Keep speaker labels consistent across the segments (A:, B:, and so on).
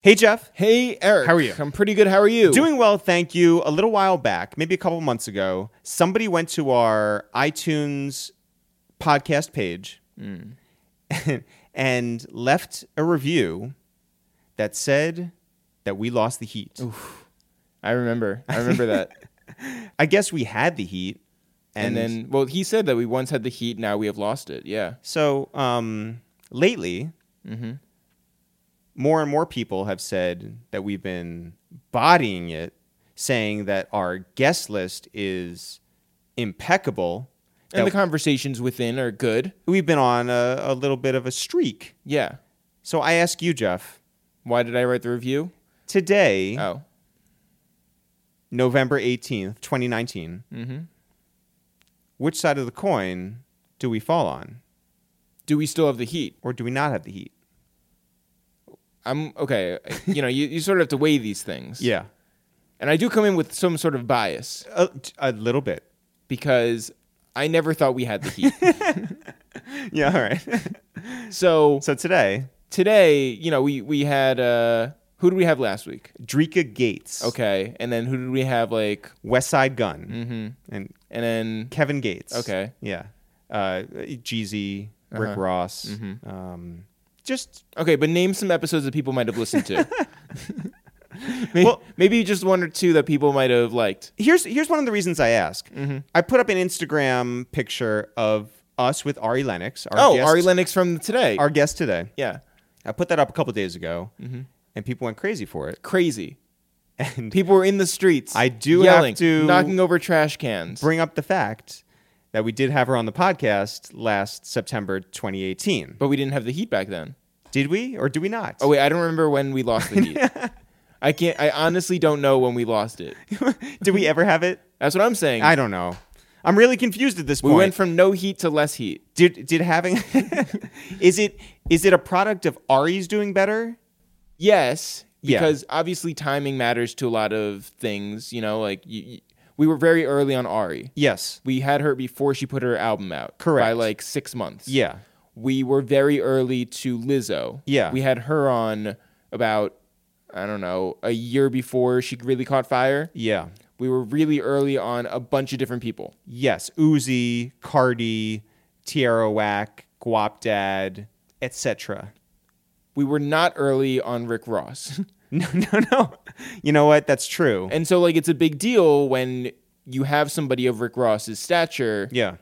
A: Hey, Jeff.
B: Hey, Eric.
A: How are you?
B: I'm pretty good. How are you?
A: Doing well, thank you. A little while back, maybe a couple months ago, somebody went to our iTunes podcast page
B: Mm,
A: and left a review that said that we lost the heat.
B: I remember. I remember that.
A: I guess we had the heat.
B: and then, well, he said that we once had the heat. Now we have lost it. Yeah.
A: So um, lately, Mm-hmm. more and more people have said that we've been bodying it, saying that our guest list is impeccable.
B: And
A: that
B: the conversations within are good.
A: we've been on a, a little bit of a streak.
B: Yeah.
A: So I ask you, Jeff,
B: Why did I write the review?
A: today,
B: Oh.
A: November 18th, 2019,
B: Mm-hmm.
A: which side of the coin do we fall on?
B: Do we still have the heat?
A: Or do we not have the heat?
B: I'm okay. you know, you, you sort of have to weigh these things.
A: Yeah.
B: And I do come in with some sort of bias
A: A, a little bit.
B: because I never thought we had the heat.
A: Yeah, all right.
B: so
A: so today,
B: today, you know, we we had uh who did we have last week?
A: Drika Gates,
B: Okay. And then who did we have like
A: West Side Gun,
B: mhm.
A: and
B: and then
A: Kevin Gates.
B: Okay.
A: Yeah. Uh, Jeezy, Rick
B: Uh-huh.
A: Ross. Um, just
B: Okay, but name some episodes that people might have listened to. maybe,
A: Well-
B: maybe just one or two that people might have liked.
A: here's here's one of the reasons I ask.
B: Mm-hmm.
A: I put up an Instagram picture of us with Ari Lennox. Our
B: oh,
A: guest,
B: Ari Lennox from today.
A: our guest today.
B: yeah,
A: I put that up a couple days ago,
B: Mm-hmm.
A: and people went crazy for it.
B: crazy.
A: And
B: People were in the streets.
A: I do have
B: yelling,
A: to-
B: knocking over trash cans.
A: bring up the fact that we did have her on the podcast last September 2018.
B: but we didn't have the heat back then.
A: Did we or do we not?
B: Oh wait, I don't remember when we lost the heat. I can't. I honestly don't know when we lost it.
A: did we ever have it?
B: That's what I'm saying.
A: I don't know. I'm really confused at this
B: we
A: point.
B: went from no heat to less heat.
A: did did having is it is it a product of Ari's doing better?
B: Yes,
A: Yeah.
B: because obviously timing matters to a lot of things. You know, like you, you, we were very early on Ari.
A: Yes.
B: We had her before she put her album out. By
A: Correct.
B: like six months.
A: Yeah.
B: We were very early to Lizzo.
A: Yeah.
B: We had her on about, I don't know, a year before she really caught fire.
A: Yeah.
B: We were really early on a bunch of different people.
A: Yes. Uzi, Cardi, Tierra Whack, Guap Dad, etc.
B: We were not early on Rick Ross.
A: No, no, no. You know what? That's true.
B: and so, like, it's a big deal when you have somebody of Rick Ross's stature
A: Yeah.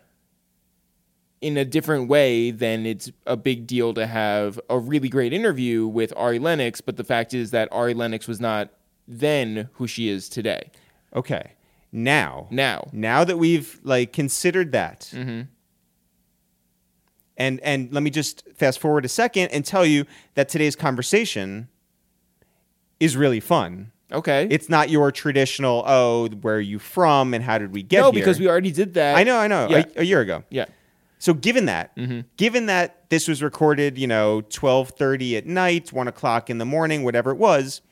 B: in a different way than it's a big deal to have a really great interview with Ari Lennox, but the fact is that Ari Lennox was not then who she is today.
A: Okay. Now,
B: Now,
A: now that we've like considered that,
B: Mhm.
A: and and let me just fast forward a second and tell you that today's conversation is really fun.
B: okay.
A: It's not your traditional oh, where are you from and how did we get
B: no,
A: here?
B: because we already did that.
A: I know, I know,
B: Yeah.
A: a, a year ago.
B: Yeah.
A: So given that,
B: Mm-hmm.
A: given that this was recorded, you know, twelve thirty at night, one o'clock in the morning, whatever it was,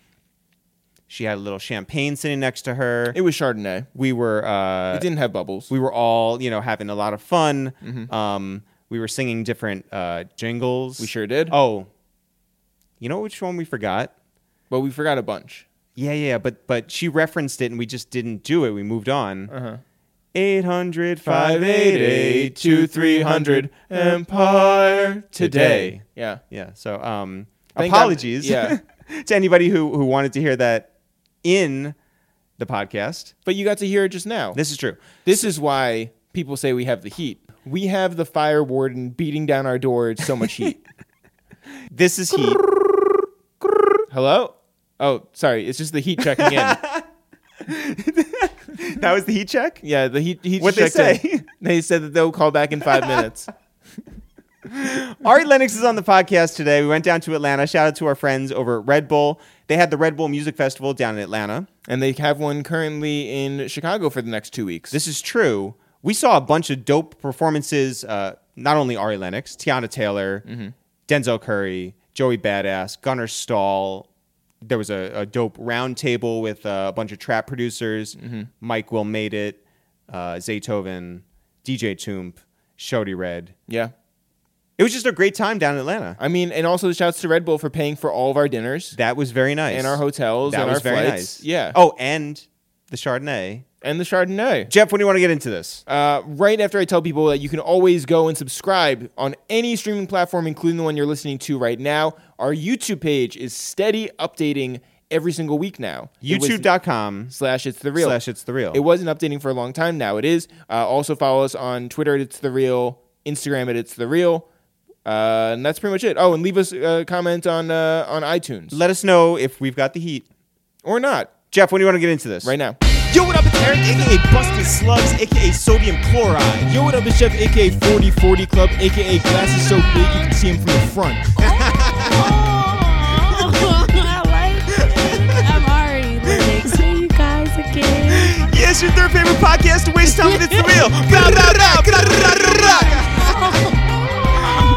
A: she had a little champagne sitting next to her.
B: It was Chardonnay.
A: we were uh,
B: It didn't have bubbles.
A: we were all you know having a lot of fun. Um, we were singing different uh, jingles.
B: Mm-hmm. We sure did.
A: Oh, you know which one we forgot?
B: But we forgot a bunch.
A: Yeah, yeah, but but she referenced it and we just didn't do it. We moved on.
B: Uh-huh.
A: 800
B: Empire
A: today.
B: Yeah.
A: Yeah, so um
B: Thank God-
A: apologies
B: yeah.
A: to anybody who who wanted to hear that in the podcast.
B: But you got to hear it just now.
A: This is true.
B: This is why people say we have the heat. We have the fire warden beating down our door. It's so much heat.
A: This is heat.
B: Hello? Oh, sorry. It's just the heat checking in.
A: that was the heat check?
B: yeah, the heat. heat
A: What'd they
B: just checked
A: say?
B: In. They said that they'll call back in five minutes.
A: Ari Lennox is on the podcast today. We went down to Atlanta. Shout out to our friends over at Red Bull. They had the Red Bull Music Festival down in Atlanta.
B: And they have one currently in Chicago for the next two weeks.
A: This is true. We saw a bunch of dope performances. Uh, not only Ari Lennox, Tiana Taylor,
B: Mm-hmm.
A: Denzel Curry, Joey Badass, Gunnar Stahl. There was a, a dope round table with uh, a bunch of trap producers.
B: Mm-hmm.
A: Mike Will made it. Uh, Zaytoven, DJ Toomp, Shody Red.
B: yeah.
A: It was just a great time down in Atlanta.
B: I mean, and also shouts to Red Bull for paying for all of our dinners
A: That was very nice.
B: and our hotels
A: that
B: and
A: was
B: our
A: very
B: flights.
A: nice.
B: Yeah.
A: Oh, and the Chardonnay.
B: and the Chardonnay.
A: Jeff, when do you want to get into this?
B: Uh, right after I tell people that you can always go and subscribe on any streaming platform, including the one you're listening to right now. Our YouTube page is steady updating every single week now. It was-
A: YouTube.com
B: slash it's the real
A: slash it's the real.
B: It wasn't updating for a long time now. It is. Uh, also follow us on Twitter at It's The Real, Instagram at It's The Real. Uh, and that's pretty much it. Oh, and leave us a comment on uh, on iTunes
A: Let us know if we've got the heat.
B: or not
A: Jeff, when do you want to get into this?
B: right now.
C: Yo, what up? It's Eric, aka Busted Slugs, aka Sodium Chloride.
B: Yo, what up? It's Jeff, aka 4040 Club, aka Glasses So Big You Can See Him From the Front.
D: I like it. I'm already like, see you guys again.
C: Yes, your third favorite podcast to waste time with. It's the real. Ba, ba, ba, ba, ba, ba, ba.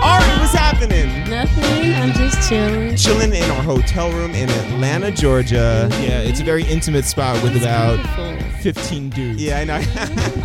C: Ari, what's happening?
D: Nothing. I'm just chilling.
A: Chilling in our hotel room in Atlanta, Georgia.
B: Yeah, it's a very intimate spot with
D: It's
B: about
D: beautiful.
B: 15 dudes.
A: Yeah, I know.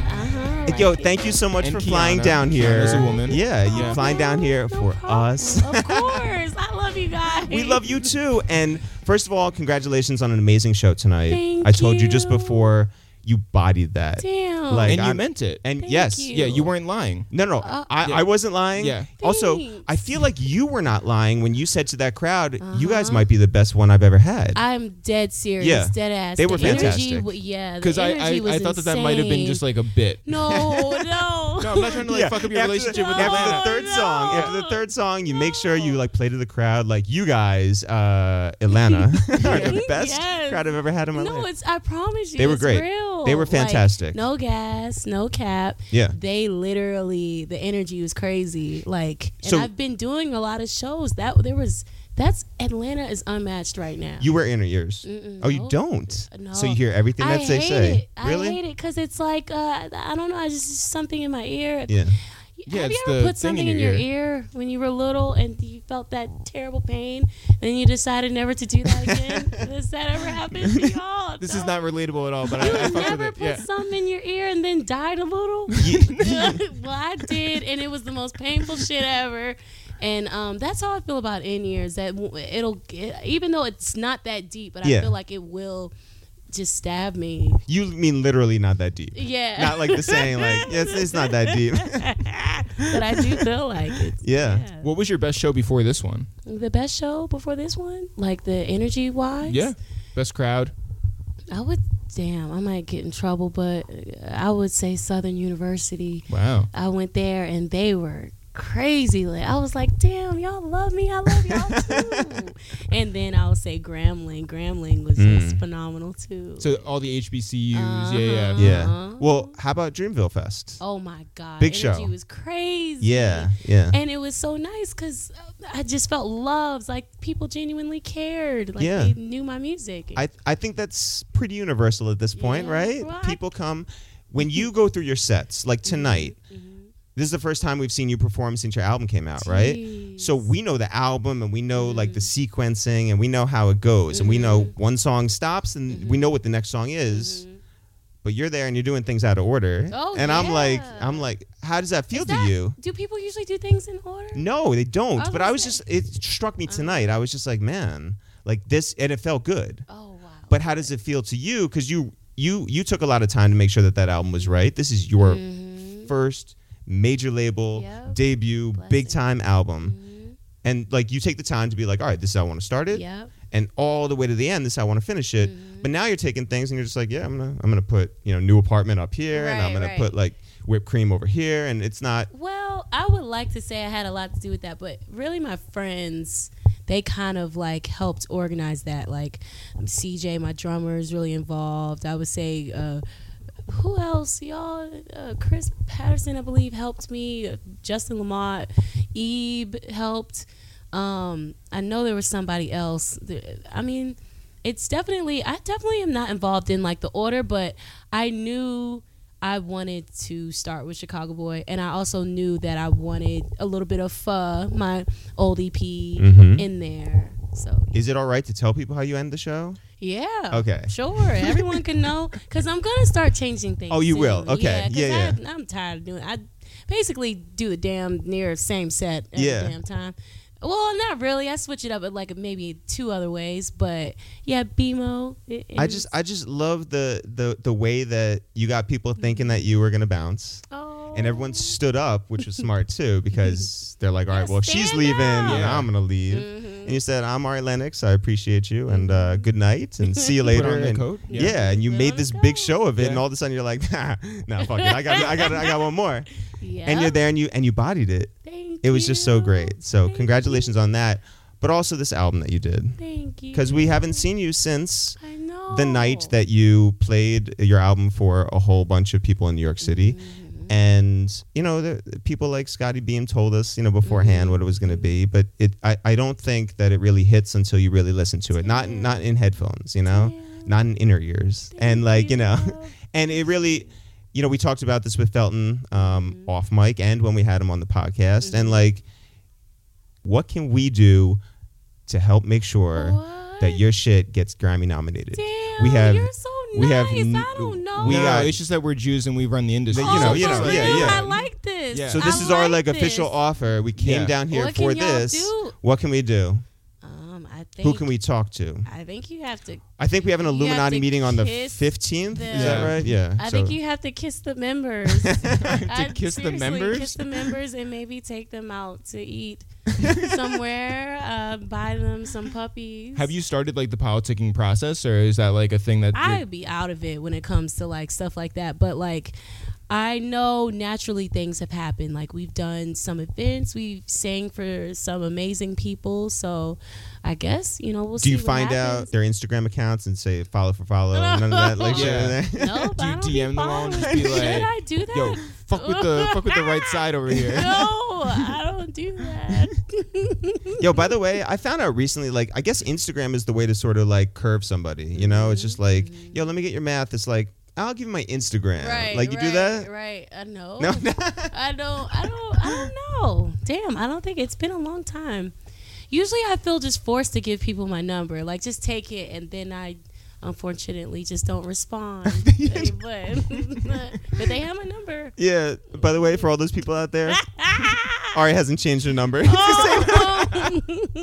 D: Uh-huh, I like
A: Yo,
D: it.
A: thank you so much
B: And
A: for flying
B: Kiana.
A: down here.
B: Kiana's a woman.
A: Yeah, you
B: Yeah.
A: flying down here
D: No
A: for
D: problem.
A: us.
D: of course. I love you guys.
A: We love you too. And first of all, congratulations on an amazing show tonight.
D: Thank
A: I told you. just
D: you.
A: before you bodied that.
D: Damn.
A: Like-
B: And you
A: I'm-
B: meant it.
A: And
D: Thank
A: yes,
D: you.
B: yeah, you weren't lying.
A: no, no, I,
B: Yeah.
A: I wasn't lying.
B: Yeah.
A: Also,
D: Oh. Thanks.
A: I feel like you were not lying when you said to that crowd, "You guys
D: Uh-huh.
A: might be the best one I've ever had."
D: I'm dead serious.
A: Yeah.
D: Dead ass.
A: They were
D: the Energy,
A: fantastic.
D: wa- yeah.
B: Because
D: Because
B: I, I, I thought that that might have been just like a bit.
D: No, no.
B: No, I'm not trying to like
A: Yeah,
B: fuck up your
A: after
B: relationship
A: the,
B: with
D: No.
A: after
B: Atlanta.
A: the third
D: Oh, No.
A: song. After the third song, you make sure you like play to the crowd, like you guys, uh, Atlanta are the best
D: Yes.
A: crowd I've ever had in my
D: No,
A: life.
D: it's. I promise you,
A: They were
D: it's
A: great.
D: real.
A: They were
D: Like,
A: fantastic.
D: no gas, no cap.
A: Yeah.
D: they literally the energy was crazy. Like, and
A: So-
D: I've been doing a lot of shows. That there was. That's Atlanta is unmatched right now.
A: You wear inner ears.
D: Mm-mm,
A: oh, you
D: no.
A: don't.
D: No.
A: So you hear everything
D: I
A: that they
D: hate
A: say.
D: it.
A: Really?
D: I hate it because it's like uh, I don't know. I just it's something in my ear.
A: Yeah.
B: Yeah,
D: Have
B: it's
D: you ever
B: the
D: put
B: thing in
D: something in
B: your
D: your, ear. when you were little and you felt that terrible pain, and you decided never to do that again? Does that ever happen to y'all?
B: This
D: No.
B: is not relatable at all, but
D: You
B: I, I fucked with
D: never
B: it.
D: put
B: Yeah.
D: something in your ear and then died a little? well, I did, and it was the most painful shit ever. And um, that's how I feel about in ears. That w- it'll, it, even though it's not that deep, but
A: Yeah.
D: I feel like it will just stab me.
A: You mean literally not that deep.
D: Yeah.
A: Not like the saying, like, yes, it's not that deep.
D: but I do feel like it.
A: yeah.
D: Yeah.
B: What was your best show before this one?
D: The best show before this one, like the energy wise.
B: Yeah. Best crowd.
D: I would. Damn, I might get in trouble, but I would say Southern University.
B: Wow.
D: I went there and they were crazy. Like I was like, damn, y'all love me. I love y'all too. and then I'll say Grambling. Grambling was just phenomenal too.
B: So all the HBCUs. Yeah, yeah.
D: Uh-huh.
A: Yeah.
D: Uh-huh.
A: Well, how about Dreamville Fest?
D: oh my god,
A: Big
D: energy
A: show.
D: was crazy.
A: Yeah. Yeah.
D: And it was so nice because I just felt loved. Like people genuinely cared. Like
A: Yeah.
D: they knew my music.
A: I, I think that's pretty universal at this point,
D: Yeah,
A: right?
D: right.
A: People come when you go through your sets,
C: Mm-hmm.
A: like tonight. This is the first time we've seen you perform since your album came out, right? So
D: Jeez.
A: we know the album and we know like the
D: Mm.
A: sequencing and we know how it goes and we know
D: Mm-hmm.
A: one song stops and we know what the next song is. But you're there and you're doing things out of order.
D: Oh,
A: and I'm like
D: yeah.
A: I'm like how does that feel
D: Is
A: to
D: that-
A: you?
D: Do people usually do things in order?
A: No, they don't.
D: I was Uh-huh.
A: but
D: gonna
A: I was
D: say-
A: just it struck me tonight. I was just like, man, like this and it felt good
D: Oh wow.
A: but how does it feel to you because you you you took a lot of time to make sure that that album was right this is your
D: Mhm.
A: first major label
D: Yep.
A: debut
D: Bless
A: big
D: it.
A: time album
D: Mhm.
A: and like you take the time to be like all right this is how i want to start it
D: Yep.
A: and all the way to the end this is how i want to finish it
D: Mm-hmm.
A: but now you're taking things and you're just like yeah i'm gonna i'm gonna put you know new apartment up here and i'm
D: Right,
A: gonna
D: right.
A: put like whipped cream over here and it's not
D: Well, I would like to say I had a lot to do with that, but really my friends, they kind of like helped organize that. Like um, CJ, my drummer, is really involved. I would say, uh, who else? Y'all, uh, Chris Patterson, I believe, helped me. Uh, Justin Lamont, Ebe helped. Um, I know there was somebody else. Th- I mean, it's definitely, I definitely am not involved in like the order, but I knew. I wanted to start with Chicago Boy, and I also knew that I wanted a little bit of pho, my old EP, in there. So
A: is it all right to tell people how you end the show
D: yeah,
A: Okay.
D: sure, everyone can know because I'm gonna start changing things.
A: Oh, you
D: soon.
A: will. Okay.
D: yeah, 'cause
A: Yeah,
D: I, I'm tired of doing. I basically do the damn near same set every
C: Yeah.
D: damn time. Well, not really. I switch it up at like maybe two other ways, but yeah, BMO. It,
C: I just I just love the the the way that you got people thinking that you were gonna bounce.
D: oh.
C: And everyone stood up, which was smart too, because they're like, all right,
D: Yeah,
C: well, if she's
D: stand
C: leaving,
D: up. Mm-hmm.
C: you know,
B: Yeah.
C: I'm going to leave. And you said, I'm Ari Lennox. I appreciate you. And uh, good night. And see you
B: You
C: later.
B: put on the
C: and,
B: coat?
C: Yeah.
B: Yeah.
C: And you
D: Put
C: made
D: Mm-hmm. on
C: this
D: the
C: big
D: coat.
C: show of it. And
B: Yeah.
C: all of a sudden you're like, nah, nah, fuck it. I got, I got, I got one more.
D: yeah.
C: And you're there and you, and you bodied it.
D: Thank
C: It was just so
D: you.
C: great. So
D: Thank
C: congratulations on that. But also this album that you did.
D: Thank you.
C: Because we haven't seen you since
D: I know.
C: the night that you played your album for a whole bunch of people in New York City.
D: Mm-hmm.
C: And you know, the, the people like Scotty Beam told us, you know,
D: Mm-hmm.
C: beforehand what it was going to be, but it I, I don't think that it really hits until you really listen to it. Not not in headphones, you know,
D: Damn.
C: not in inner ears, and like you know,
D: you.
C: and it really, you know, we talked about this with Felton um,
D: Mm-hmm.
C: off mic and when we had him on the podcast, and like, what can we do to help make sure that
D: What?
C: your shit gets Grammy nominated?
D: Damn,
C: we have
D: You're so nice.
C: we have n-
D: I don't know.
C: we
B: no,
C: got-
B: it's just that we're Jews and we run the industry.
C: you know,
D: oh,
C: you know,
D: for
C: yeah,
D: real?
C: yeah.
D: I like this.
B: Yeah.
C: So
D: I
C: this is our like
D: like this.
C: official offer. We came
B: Yeah.
C: down here
D: What
C: for
D: can y'all
C: this.
D: do?
C: What can we do?
D: Um, I think.
C: Who can we talk to?
D: I think you have to.
C: I think we have an
D: have
C: Illuminati
D: to
C: meeting on the
D: kiss
C: 15th.
D: the-
C: Is that right? Yeah.
D: I
C: so-
D: think you have to kiss the members.
B: to
D: I'd
B: kiss the
D: seriously
B: members?
D: Kiss the members and maybe take them out to eat somewhere. Uh, buy them some puppies.
B: Have you started like the politicking process, or is that like a thing that?
D: I'd be out of it when it comes to like stuff like that. But like, I know naturally things have happened. Like we've done some events, we've sang for some amazing people. So I guess you know we'll
C: do
D: see.
C: you
D: what
C: find out
D: happens.
C: their Instagram accounts and say follow for follow? None of that like shit in
B: Yeah.
C: there?
D: No, but
B: Do you
D: I don't
B: DM
D: be
B: them all and just
D: following.
B: be like,
D: Should I do that?
B: yo, fuck with the fuck with the right side over here.
D: No, I don't do that.
C: Yo, by the way, I found out recently, like, I guess Instagram is the way to sort of like curve somebody. You know, it's just like,
D: Mm-hmm.
C: yo, let me get your math. It's like, I'll give you my Instagram. like, you do that?
D: Right. I know.
C: No,
D: I don't. I don't. I don't know. Damn. I don't think it's been a long time. Usually, I feel just forced to give people my number. Like, just take it, and then I, unfortunately, just don't respond. but, but they have my number.
C: Yeah. By the way, for all those people out there, Ari hasn't changed her number.
D: Oh,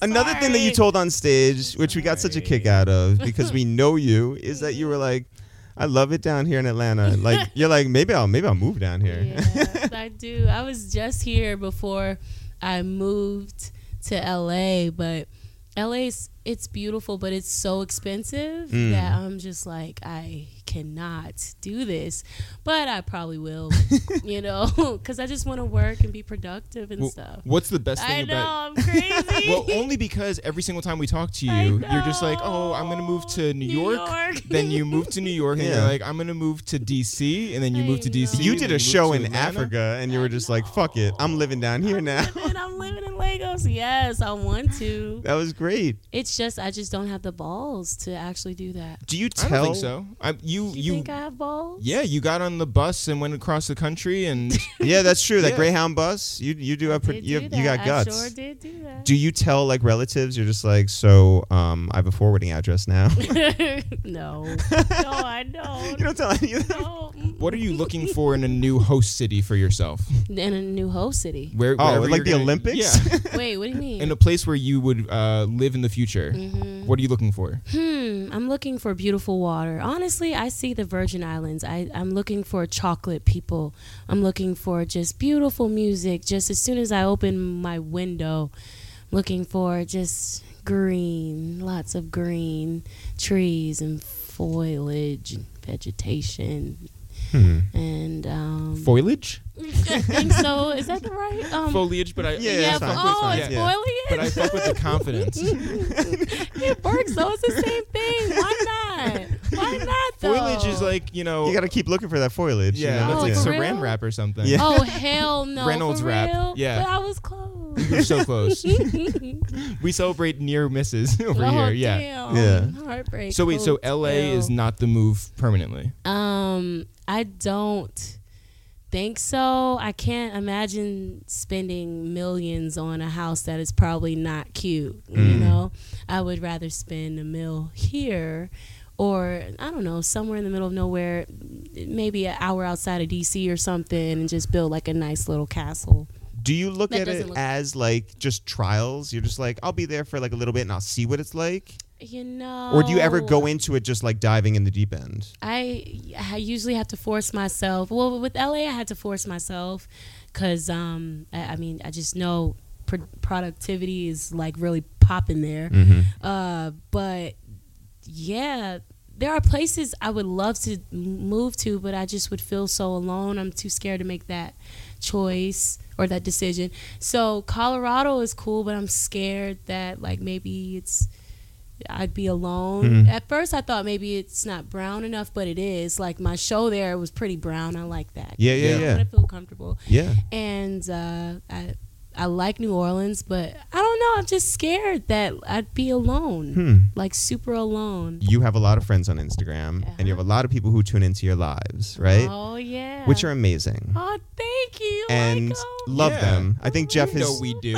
C: Another thing that you
D: sorry.
C: told on stage, which we got such a kick out of because we know you, is that you were like, I love it down here in Atlanta. Like you're like, maybe I'll maybe I'll move down here.
D: Yes, I do. I was just here before I moved to LA, but LA's it's beautiful, but it's so expensive
B: Mm.
D: that I'm just like I cannot do this. But I probably will, you know, cuz I just want to work and be productive and
B: Well,
D: stuff.
B: What's the best
D: I
B: thing
D: know
B: about?
D: I'm crazy.
B: Well, only because every single time we talk to
D: I
B: you, you're just like, oh, I'm gonna move to New,
D: New York.
B: then you move to New York, and
C: Yeah.
B: you're like, I'm gonna move to DC, and then you
D: I
B: move to DC.
D: know.
C: You
B: and
C: did
B: then move
C: a show
B: to
C: in
B: Atlanta.
C: Africa and you were just like, fuck it, I'm living down here now.
D: and I'm living in Lagos. Yes, I want to.
C: That was great.
D: It's just I just don't have the balls to actually do that.
C: Do you
B: I
C: tell
B: don't think so. I, you,
D: You,
B: you,
D: think I have balls?
B: yeah, you got on the bus and went across the country, and
C: Yeah, that's true. That
B: Yeah.
C: Greyhound bus, you you do have
D: Did
C: pre- you,
D: do
C: you got
D: that.
C: guts.
D: I sure did do that.
C: do you tell like relatives you're just like so um i have a forwarding address now you
D: no, no, I don't.
C: don't tell any of them
D: No.
B: what are you looking for in a new host city for yourself?
D: In a new host city.
B: Where,
C: oh
B: wherever
C: like
B: you're
C: the
B: gonna-
C: olympics
B: Yeah,
D: Wait, what do you mean?
B: in a place where you would uh, live in the future.
D: Mm-hmm.
B: What are you looking for?
D: hmm, I'm looking for beautiful water. Honestly, I see the Virgin Islands. I, I'm looking for chocolate people. I'm looking for just beautiful music. Just as soon as I open my window, looking for just green, lots of green trees and foliage and vegetation.
C: Hmm.
D: And um,
B: Foliage,
D: I think so. Is that the right? Um,
B: foliage, but I
C: Yeah,
D: yeah,
C: it's fine.
D: oh,
C: It's
D: it's
C: fine.
B: but I
D: foliage.
B: fuck with the confidence.
D: it works though. It's the same thing. Why not? Why not though?
B: Foliage is like you know,
C: you gotta keep looking for that foliage you
B: yeah,
C: know?
D: Oh,
B: that's like
D: for
B: saran
D: real?
B: wrap or something.
C: Yeah.
D: Oh hell no.
B: Reynolds
D: for
B: wrap.
D: real?
B: Yeah.
D: But I was close.
B: You're so close. we celebrate near misses over
D: oh
B: here. Yeah.
D: damn.
C: Yeah.
D: Heartbreak.
B: So wait, so LA is
D: hotel.
B: not the move permanently.
D: Um, I don't think so. I can't imagine spending millions on a house that is
C: Mm.
D: probably not cute. You know, I would rather spend a mill here or I don't know, somewhere in the middle of nowhere, maybe an hour outside of DC or something, and just build like a nice little castle.
C: Do you look
D: That
C: at it
D: doesn't look-
C: as like just trials? You're just like, I'll be there for like a little bit and I'll see what it's like?
D: You know.
C: Or do you ever
D: Oh.
C: go into it just like diving in the deep end?
D: I I usually have to force myself. Well, with LA, I had to force myself because um, I, I mean, I just know pro- productivity is like really popping there. Uh, but yeah, there are places I would love to m- move to, but I just would feel so alone. I'm too scared to make that choice or that decision. So Colorado is cool, but I'm scared that like maybe it's I'd be alone.
C: Hmm.
D: At first, I thought maybe it's not brown enough, but it is. Like my show there was pretty brown. I like that.
C: Yeah, yeah,
D: I
C: yeah.
D: wanna feel comfortable.
C: Yeah.
D: And uh, I I like New Orleans, but I don't know. I'm just scared that I'd be alone,
E: Hmm.
B: Hmm.
D: like super alone.
C: You have a lot of friends on Instagram and you have a lot of people who tune into your lives, right?
D: Uh-huh. Oh yeah.
C: Which are amazing.
D: Oh, thank you.
C: and
D: Michael.
C: love
E: oh, Yeah.
C: them. I think Jeff
E: You know
C: has
E: we do.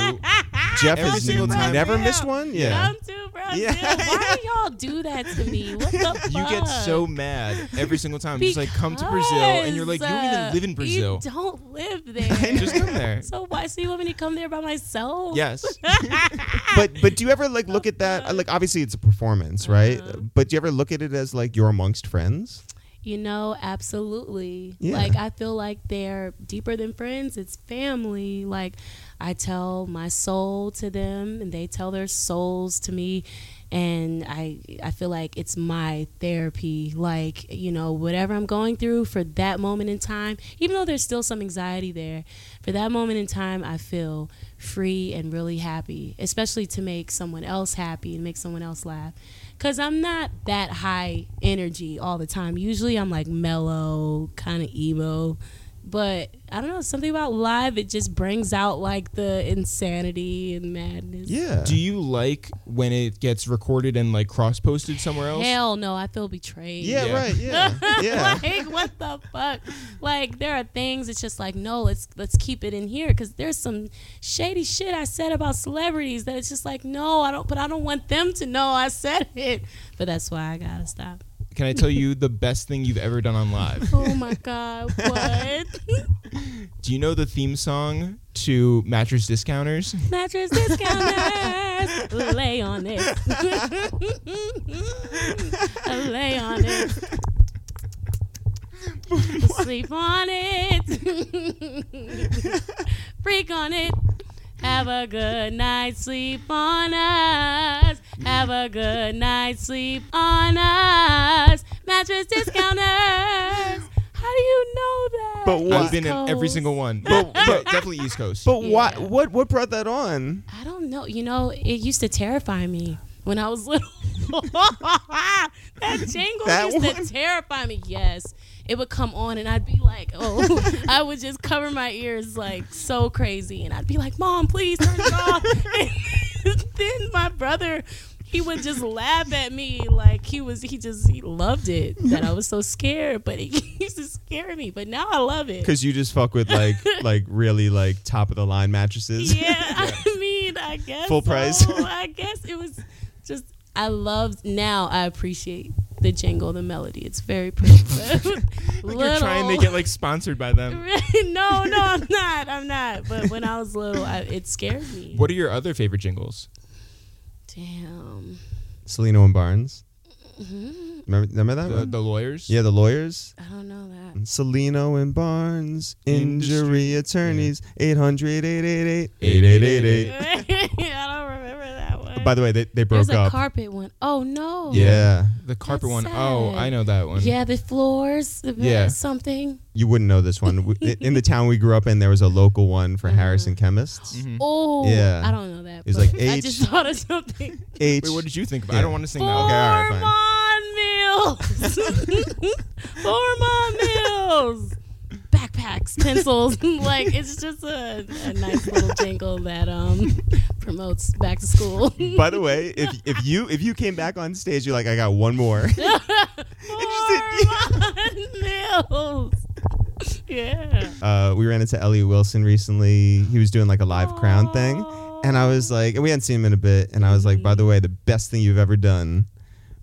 C: Jeff
E: Every
C: has
E: single time.
C: never missed one. Yeah.
D: Come to Brazil.
C: Yeah.
D: Why do y'all do that to me? What the fuck?
E: You get so mad every single time. You're just like, come to Brazil, and you're like, you don't even
D: Because,
E: live in
D: uh,
E: Brazil.
D: You don't live there.
E: Just come there.
D: So why? So you want me to come there by myself?
E: Yes.
C: But but do you ever like look at that? Like obviously it's a performance, right?
E: Uh-huh.
C: But do you ever look at it as like you're amongst friends?
D: You know, absolutely.
C: Yeah.
D: Like I feel like they're deeper than friends. It's family. Like I tell my soul to them, and they tell their souls to me. And I, I feel like it's my therapy. Like you know, whatever I'm going through for that moment in time, even though there's still some anxiety there, for that moment in time, I feel free and really happy. Especially to make someone else happy and make someone else laugh. Cause I'm not that high energy all the time. Usually I'm like mellow, kind of emo, but I don't know something about live. It just brings out like the insanity and madness.
C: Yeah.
E: Do you like when it gets recorded and like cross posted somewhere else?
D: Hell no, I feel betrayed.
C: yeah,
E: Yeah.
C: right. Yeah. Yeah.
D: like what the fuck? Like there are things it's just like no, let's let's keep it in here because there's some shady shit I said about celebrities that it's just like no, I don't. But I don't want them to know I said it. But that's why I gotta stop.
E: Can I tell you the best thing you've ever done on live?
D: Oh my god, what?
E: Do you know the theme song to Mattress Discounters?
D: mattress discounters. lay on it. lay on it. Sleep on it. Freak on it. Have a good night, sleep on us. Have a good night, sleep on us. Mattress discounters. How do you know that?
C: But why-
E: I've been in every
D: Coast.
E: single one. definitely East Coast.
C: But why
D: Yeah.
C: what what brought that on?
D: I don't know. You know, it used to terrify me when I was little. that jingle
C: That
D: used
C: one?
D: to terrify me. Yes. It would come on and I'd be like, oh, I would just cover my ears like so crazy. And I'd be like, Mom, please turn it off. and then my brother, he would just laugh at me like he was, he just, he loved it that I was so scared, but it used to scare me. But now I love it.
C: Because you just fuck with like like really like top of the line mattresses.
D: Yeah, I mean, I guess
C: Full
D: so.
C: price.
D: I guess it was just I loved. Now I appreciate the jingle, the melody. It's very pretty.
E: You're trying to get like sponsored by them.
D: no, no, I'm not. I'm not. But when I was little, I, it scared me.
E: What are your other favorite jingles?
D: Damn. Hmm,
C: Selena and Barnes. Remember, remember that
E: The,
D: Um,
C: one?
E: the lawyers?
C: yeah, the lawyers.
D: I don't know that.
C: Celino and Barnes, injury
E: Industry.
C: attorneys, 800 888
E: 8888.
D: I don't remember that one.
C: By the way, they, they broke
D: There's a
C: up.
D: carpet one. Oh no.
C: yeah.
E: The carpet
D: That's
E: one.
D: sad.
E: Oh, I know that one.
D: Yeah, the floors. The
E: Yeah.
D: Something.
C: You wouldn't know this one. We- i- in the town we grew up in, there was a local one
D: Mm-hmm.
C: for Harrison Chemists.
D: Oh.
C: Yeah.
D: I don't know that.
C: It's
D: but
C: like
D: I
C: H-
D: just thought of something.
C: H.
E: Wait, what did you think about?
C: Yeah.
E: I don't want to sing that.
D: Four
E: Okay.
C: all right, fine.
D: Mills. Four Mills. Backpacks, pencils, like it's just a, a nice little jingle that um promotes back to school.
C: By the way, if if you if you came back on stage, you're like, I got one more.
D: Mills. Yeah.
C: uh, we ran into Elliot Wilson recently. He was doing like a live crown thing.
D: Aw.
C: And I was like, and we hadn't seen him in a bit. And I was like, by the way, the best thing you've ever done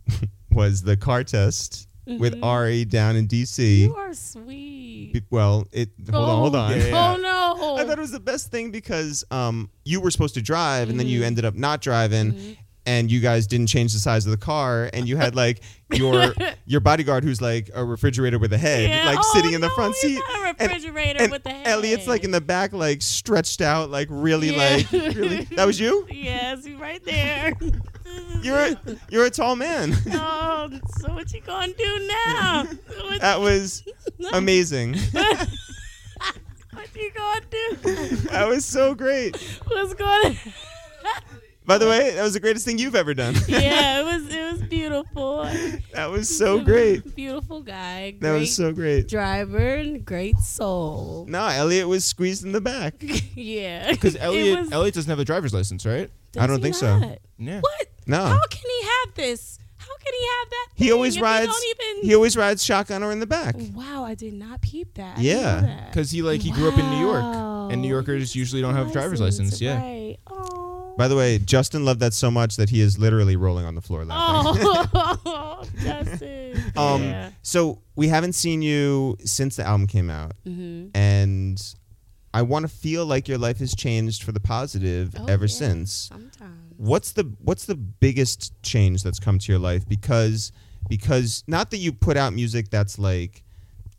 C: was the car test with Ari down in DC.
D: Mm-hmm. You are sweet.
C: Be- well, it hold on, hold
D: Oh.
C: on.
E: Yeah, yeah.
D: Oh no.
C: I thought it was the best thing because um, you were supposed to drive and then
D: Mm-hmm.
C: you ended up not driving. And you guys didn't change the size of the car, and you had like your your bodyguard who's like a refrigerator with a head,
D: Yeah.
C: like
D: Oh,
C: sitting in the
D: no,
C: front
D: he's
C: seat.
D: not a
C: And-
D: refrigerator
C: and
D: with a head.
C: Elliot's like in the back, like stretched out, like really,
D: Yeah.
C: like really. That was you.
D: Yes, you right there.
C: You're a, you're a tall man.
D: Oh, so what you gonna do now? What,
C: that was um, amazing.
D: what you gonna do?
C: That was so great.
D: What's going?
C: By the way, that was the greatest thing you've ever done.
D: Yeah, it was it was beautiful.
C: that was so great.
D: Beautiful guy. Great
C: That was so great.
D: driver and great soul.
C: No, Elliot was squeezed in the back.
D: Yeah.
E: Because
D: It
E: Elliot,
D: was-
E: Elliot doesn't have a driver's license, right?
D: does
C: I don't
D: he
C: think so.
D: not?
E: Yeah.
D: What?
C: No.
D: How can he have this? How can he have that?
C: He
D: thing
C: always
D: if
C: rides.
D: He, don't
C: He
D: even...
C: always rides shotgun or in the back.
D: Wow, I did not peep that. Oh, I didn't know
C: Yeah,
D: that.
E: Because he like he grew up in New York, and New
D: Wow.
E: Yorkers usually don't have a driver's license. Yeah.
D: Right. Oh.
C: By the way, Justin loved that so much that he is literally rolling on the floor laughing.
D: Oh, Justin.
C: Um,
D: yeah.
C: So we haven't seen you since the album came out,
D: Mhm.
C: and I want to feel like your life has changed for the positive
D: Oh,
C: ever
D: yeah.
C: since.
D: Sometimes.
C: What's the What's the biggest change that's come to your life? Because because not that you put out music that's like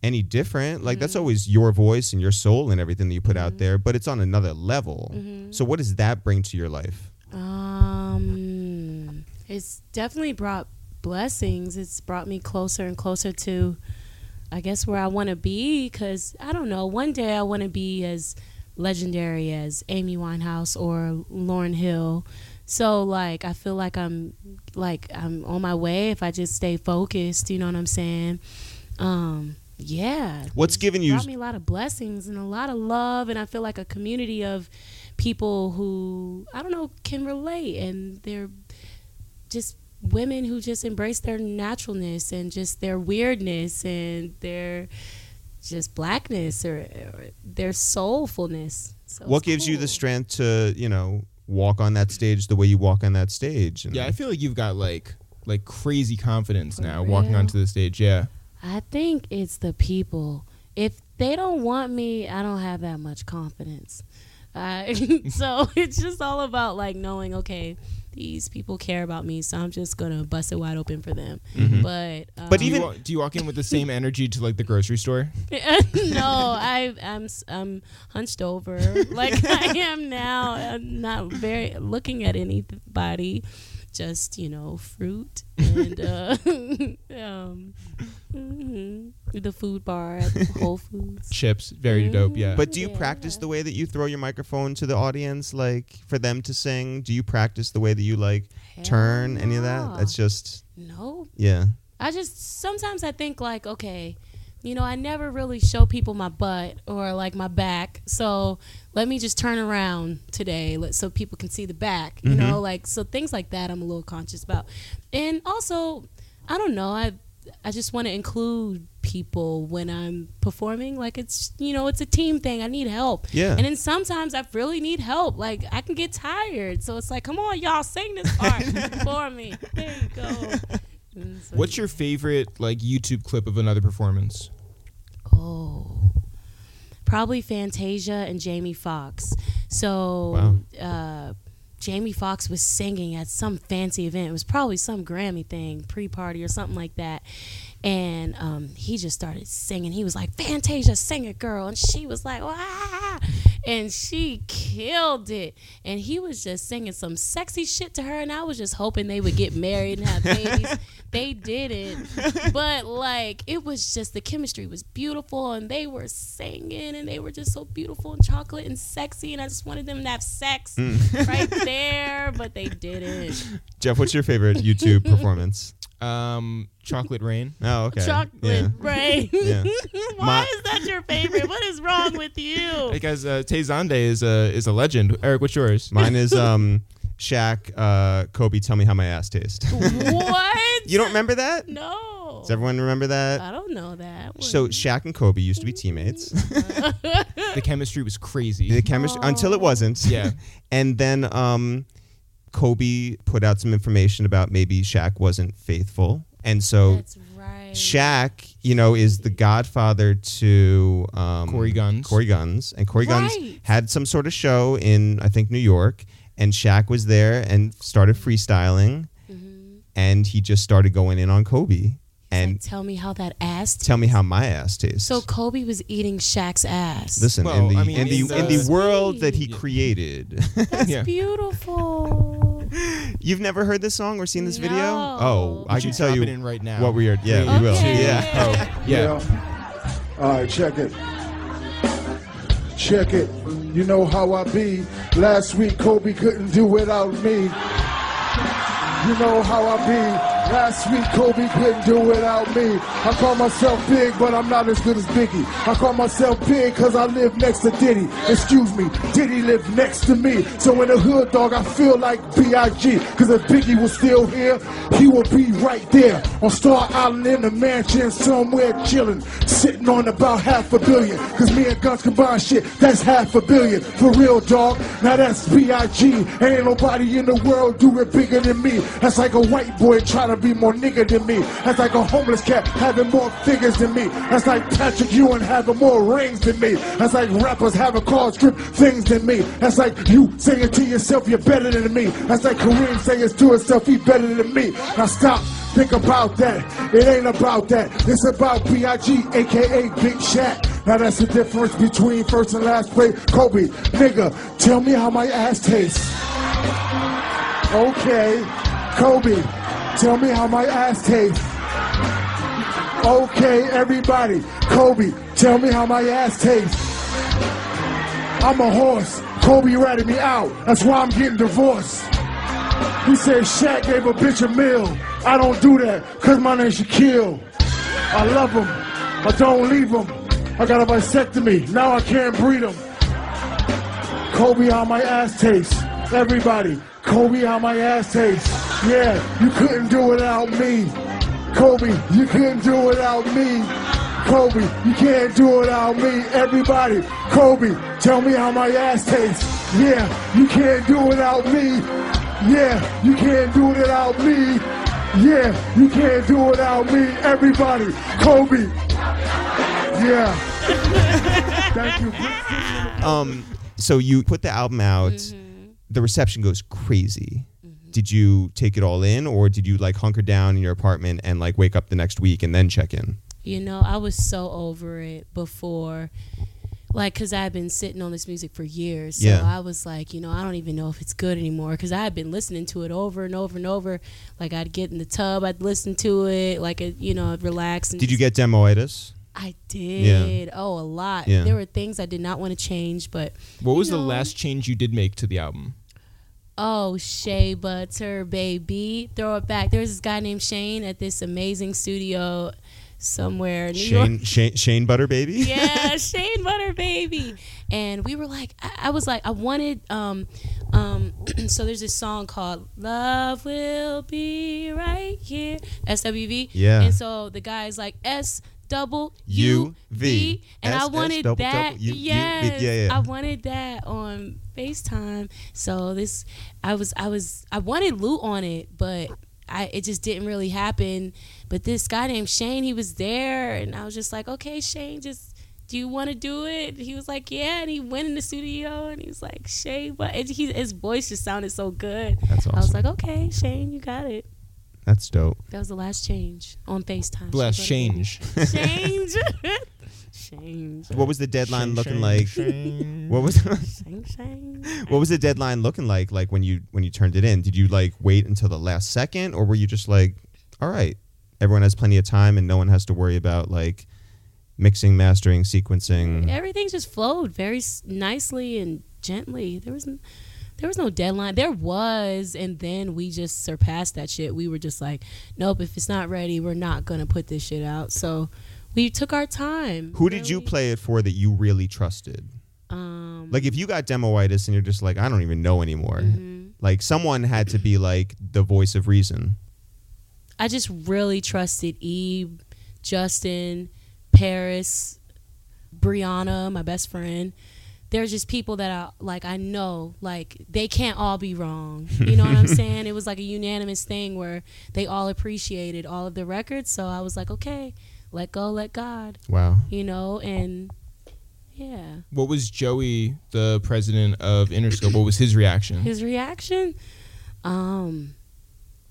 C: any different like
D: Mm-hmm.
C: that's always your voice and your soul and everything that you put out there but it's on another level
D: Mm-hmm.
C: so what does that bring to your life
D: Um, it's definitely brought blessings. It's brought me closer and closer to, I guess, where I want to be. Because I don't know, one day I want to be as legendary as Amy Winehouse or Lauren Hill. So like, I feel like I'm like I'm on my way if I just stay focused. You know what I'm saying? Um, yeah.
C: What's
D: It's
C: given you-
D: brought me a lot of blessings and a lot of love, and I feel like a community of people who I don't know can relate, and they're just women who just embrace their naturalness and just their weirdness and their just blackness or, or their soulfulness. So
C: what
D: it's
C: gives you
D: cool.
C: the strength to you know walk on that stage the way you walk on that stage and
E: Yeah, I feel like you've got like like crazy confidence
D: For
E: now walking
D: real?
E: onto the stage. Yeah.
D: I think it's the people. If they don't want me, I don't have that much confidence. Uh, so it's just all about like knowing, okay, these people care about me, so I'm just gonna bust it wide open for them. But um,
C: Mm-hmm. But
E: Do you,
C: even-
E: wa- do you walk in with the same energy to like the grocery store?
D: no, I I'm s- I'm hunched over like I am now. I'm not very looking at anybody. Just you know, fruit and uh, um, mhm, the food bar at Whole Foods.
E: Chips, very dope. Yeah.
C: But do you
D: Mm-hmm. Yeah.
C: practice the way that you throw your microphone to the audience, like for them to sing? Do you practice the way that you like
D: Hell
C: turn any of
D: no.
C: that? That's just
D: No,
C: yeah.
D: I just sometimes I think like, okay, you know, I never really show people my butt or like my back. So let me just turn around today let, so people can see the back, you know, like so things like that I'm a little conscious about. And also, I don't know, I I just want to include people when I'm performing like it's you know, it's a team thing. I need help.
C: Yeah.
D: And then sometimes I really need help. Like I can get tired. So it's like, come on y'all, sing this part for me. There you go. And so-
E: What's your favorite like YouTube clip of another performance?
D: Oh, probably Fantasia and Jamie Foxx. So, uh, Jamie Foxx was singing at some fancy event. It was probably some Grammy thing, pre party or something like that. And um, he just started singing. He was like, Fantasia, sing it, girl. And she was like, wow. And she killed it. And he was just singing some sexy shit to her. And I was just hoping they would get married and have babies. they didn't. But like, it was just the chemistry was beautiful. And they were singing and they were just so beautiful and chocolate and sexy. And I just wanted them to have sex
C: Mm.
D: right there, but they didn't.
C: Jeff, what's your favorite YouTube performance?
E: Um, Chocolate Rain.
C: Oh, okay.
D: Chocolate
C: Yeah.
D: brain.
C: Yeah.
D: Why
C: My-
D: is that your favorite? What is wrong with you?
E: Hey guys, uh, Tay Zonde is a is a legend. Eric, what's yours?
C: Mine is um, Shaq, uh, Kobe. Tell me how my ass tastes.
D: what?
C: you don't remember that?
D: No.
C: Does everyone remember that?
D: I don't know that. one.
C: So Shaq and Kobe used to be teammates.
E: the chemistry was
C: the
E: crazy.
C: chemistry until it wasn't.
E: Yeah.
C: and then um, Kobe put out some information about maybe Shaq wasn't faithful. And so
D: That's right.
C: Shaq, you know, is the godfather to um,
E: Corey Guns.
C: Corey Guns, and Corey Guns
D: Right.
C: had some sort of show in I think New York, and Shaq was there and started freestyling,
D: Mm-hmm.
C: and he just started going in on Kobe and
D: Like, tell me how that ass. tastes.
C: tell me how my ass tastes.
D: so Kobe was eating Shaq's ass.
C: listen
E: Well,
C: in the
E: I mean,
C: in the
E: it's,
C: in the
D: uh,
C: world that he created.
D: That's
E: Yeah.
D: beautiful.
C: You've never heard this song or seen this video?
D: No.
C: Oh, I
D: You
C: can
E: should
C: tell
E: drop
C: you
E: it in right now.
C: What we are, yeah, we will.
D: Okay.
C: Yeah.
E: Oh, yeah.
F: All right, check it. Check it. You know how I be. Last week, Kobe couldn't do without me. You know how I be. Last week, Kobe couldn't do without me. I call myself big, but I'm not as good as Biggie. I call myself big because I live next to Diddy. Excuse me, Diddy lived next to me. So in the hood, dog, I feel like B.I.G. Because if Biggie was still here, he would be right there on Star Island in the mansion somewhere chilling, sitting on about half a billion. Because me and Guns combined shit, that's half a billion. For real, dog. Now that's B.I.G. Ain't nobody in the world do it bigger than me. That's like a white boy trying to be more nigga than me. That's like a homeless cat having more figures than me. That's like Patrick Ewing having more rings than me. That's like rappers having card strip things than me. That's like you saying to yourself, you're better than me. That's like Kareem saying to himself, he better than me. Now stop. Think about that. It ain't about that. It's about B.I.G., aka Big Shaq. Now that's the difference between first and last place. Kobe, nigga, tell me how my ass tastes. Okay. Kobe, tell me how my ass tastes. Okay, everybody. Kobe, tell me how my ass tastes. I'm a horse. Kobe ratted me out. That's why I'm getting divorced. He said Shaq gave a bitch a meal. I don't do that, cause my name's Shaquille. I love him. I don't leave him. I got a vasectomy. Now I can't breed him. Kobe on my ass taste. Everybody, Kobe on my ass taste. Yeah, you couldn't do without me. Kobe, you couldn't do without me. Kobe, you can't do without me. Everybody, Kobe, tell me how my ass tastes. Yeah, you can't do without me. Yeah, you can't do without me. Yeah, you can't do without me. Everybody, Kobe. Yeah. Thank you.
C: Um, so you put the album out.
E: Mm-hmm.
C: The reception goes crazy. Did you take it all in, or did you like hunker down in your apartment and like wake up the next week and then check in?
D: You know, I was so over it before, like, because I had been sitting on this music for years. So
C: Yeah.
D: I was like, you know, I don't even know if it's good anymore because I had been listening to it over and over and over. Like, I'd get in the tub, I'd listen to it, like, it, you know, I'd relax. And
C: Did you get demoitis?
D: I did. Oh, a lot.
C: Yeah.
D: There were things I did not want to change, but
E: What was
D: you
E: the
D: know,
E: last change you did make to the album?
D: Oh, Shea Butter, baby. Throw it back. There's this guy named Shane at this amazing studio somewhere in New York.
C: Shane, Shane, Shane Butter Baby.
D: yeah, Shane Butter Baby. And we were like, I, I was like, I wanted, um, um, so there's this song called Love Will Be Right Here, SWV.
C: Yeah.
D: And so the guy's like, S double
C: U
D: U
C: V.
D: V. And I
C: S S
D: wanted
C: double
D: that.
C: double U U V.
D: yes.
C: Yeah, yeah.
D: I wanted that on FaceTime. So this, I was, I was, I wanted Lou on it, but. I, it just didn't really happen. But this guy named Shane, he was there, and I was just like, okay, Shane, just do you want to do it? And he was like, yeah. And he went in the studio, and he was like, Shane, but and he, his voice just sounded so good.
C: That's
D: I was
C: awesome.
D: like, okay, Shane, you got it.
C: That's dope.
D: That was the last change on FaceTime.
E: Last change.
D: Change. change.
C: What was the deadline
E: Shane,
C: looking
E: Shane,
C: like?
E: Shane.
C: What was
D: Change. Change.
C: what was the deadline looking like? Like when you when you turned it in, did you like wait until the last second, or were you just like, all right, everyone has plenty of time and no one has to worry about like mixing, mastering, sequencing?
D: Everything just flowed very s- nicely and gently. There was. n- There was no deadline. There was, and then we just surpassed that shit. We were just like, nope, if it's not ready, we're not gonna put this shit out. So we took our time.
C: Who did you
D: really.
C: play it for that you really trusted?
D: Um,
C: Like if you got demoitis and you're just like, I don't even know anymore.
D: Mm-hmm.
C: Like someone had to be like the voice of reason.
D: I just really trusted Eve, Justin, Paris, Brianna, my best friend, there's just people that I like I know like they can't all be wrong. You know what I'm saying? It was like a unanimous thing where they all appreciated all of the records, so I was like, okay, let go, let God.
C: Wow.
D: You know, and yeah.
E: What was Joey, the president of Interscope? What was his reaction?
D: His reaction? Um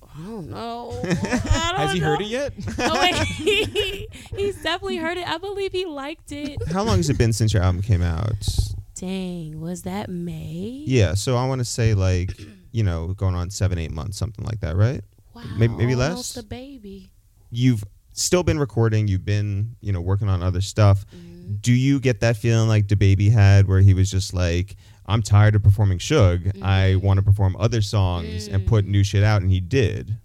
D: I don't know. I don't
E: Has he
D: know.
E: heard it yet?
D: Oh, wait. he, he's definitely heard it. I believe he liked it.
C: How long has it been since your album came out?
D: Dang, was that May?
C: Yeah, so I want to say like, you know, going on seven, eight months, something like that, right?
D: Wow,
C: May- maybe less?
D: almost a baby.
C: You've still been recording. You've been, you know, working on other stuff.
D: Mm-hmm.
C: Do you get that feeling like the baby had, where he was just like, "I'm tired of performing Suge. I
D: Mm-hmm.
C: want to perform other songs and
D: Mm.
C: put new shit out," and he did.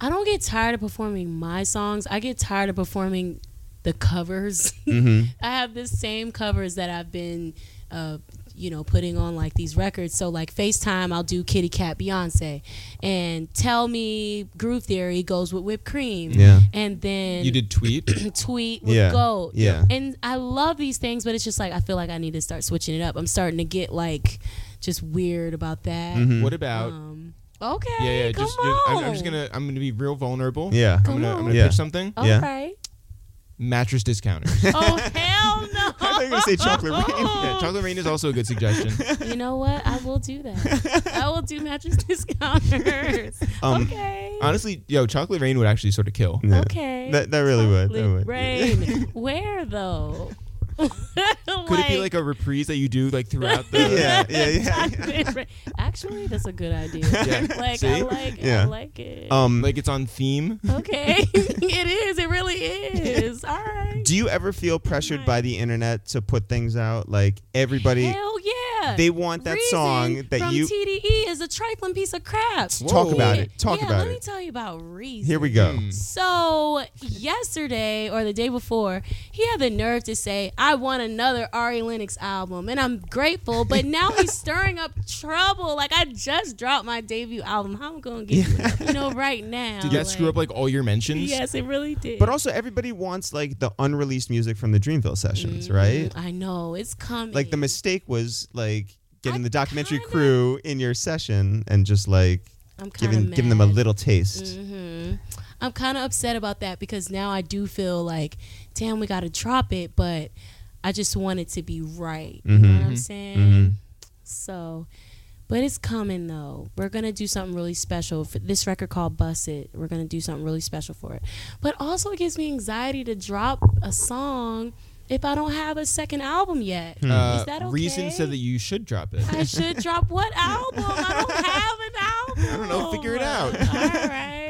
D: I don't get tired of performing my songs. I get tired of performing the covers.
E: Mm-hmm.
D: I have the same covers that I've been, uh, you know, putting on like these records. So like FaceTime, I'll do Kitty Cat Beyonce, and Tell Me Groove Theory goes with whipped cream.
C: Yeah.
D: And then
E: You did tweet.
D: tweet with
C: Yeah,
D: gold.
C: yeah.
D: And I love these things, but it's just like I feel like I need to start switching it up. I'm starting to get like just weird about that.
C: Mm.
E: What about?
D: Um, okay.
E: Mm-hmm. yeah, yeah.
D: Come
E: Just, just
D: on. Oh.
E: I'm, I'm just gonna. I'm gonna be real vulnerable.
C: Yeah.
E: I'm gonna. I'm
D: on.
E: gonna
C: Yeah.
E: pitch something.
D: All
C: yeah.
D: right.
E: Mattress discounter.
D: Oh hell no! Oh.
C: I thought you were gonna say chocolate rain.
E: yeah, chocolate rain is also a good suggestion.
D: You know what? I will do that. I will do mattress discounters.
C: Um,
D: okay.
E: Honestly, yo, chocolate rain would actually sort of kill.
C: Yeah.
D: okay.
C: That, that really would. That would.
D: Rain. Where though?
E: Could it be like a reprise that you do like throughout the?
C: Yeah, yeah, yeah.
D: yeah. Actually, that's a good idea.
E: Yeah.
D: Like I
E: See?
D: like I
C: Yeah.
D: like it.
C: Um,
E: Like it's on theme.
D: okay. it is. It really is. All right.
C: do you ever feel pressured by the internet to put things out? Like everybody,
D: Hell yeah.
C: they want that
D: Reason
C: song that
D: from
C: you
D: TDE is a trifling piece of crap.
C: talk
E: Whoa.
C: about
D: Yeah,
C: it. Talk
D: yeah,
C: about
D: let me
C: it.
D: tell you about Reason.
C: Here we
E: Hmm.
C: go.
D: So yesterday or the day before, he had the nerve to say, "I want another Ari Lennox album," and I'm grateful. But now he's stirring up trouble. Like I just dropped my debut album. How am I gonna get you, you know right now?
E: Did that screw up like all your mentions?
D: Yes, it really did.
C: But also, everybody wants like the unreleased music from the Dreamville sessions,
D: Mm-hmm.
C: right?
D: Mm, I know it's coming.
C: Like the mistake was like getting
D: I
C: the documentary
D: kinda-
C: crew in your session and just like
D: I'm kinda
C: giving giving them a
D: mad.
C: little taste.
D: hmm I'm kind of upset about that because now I do feel like, damn, we got to drop it, but I just want it to be right. You know what I'm saying? So, but it's coming though. We're going to do something really special for this record called Bust It. We're going to do something really special for it. But also, it gives me anxiety to drop a song if I don't have a second album yet.
E: Uh,
D: Is that okay?
E: Reason said that you should drop it.
D: I should drop what album? I don't have an
E: I
D: album.
E: don't know. Figure it out.
D: All right.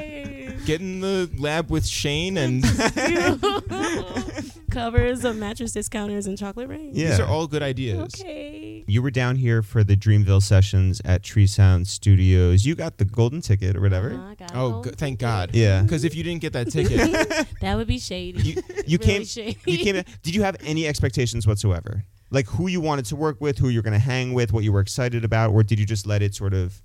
E: Get in the lab with Shane, and
D: covers of mattress discounters and chocolate rain.
C: Yeah.
E: these are all good ideas.
D: Okay.
C: You were down here for the Dreamville sessions at Tree Sound Studios. You got the golden ticket or whatever.
D: I got
E: Oh,
D: it.
E: go- thank God.
C: Yeah.
E: Because if you didn't get that ticket,
D: that would be shady.
C: You, you
D: Really
C: came.
D: shady.
C: You came. Did you have any expectations whatsoever? Like who you wanted to work with, who you're going to hang with, what you were excited about, or did you just let it sort of,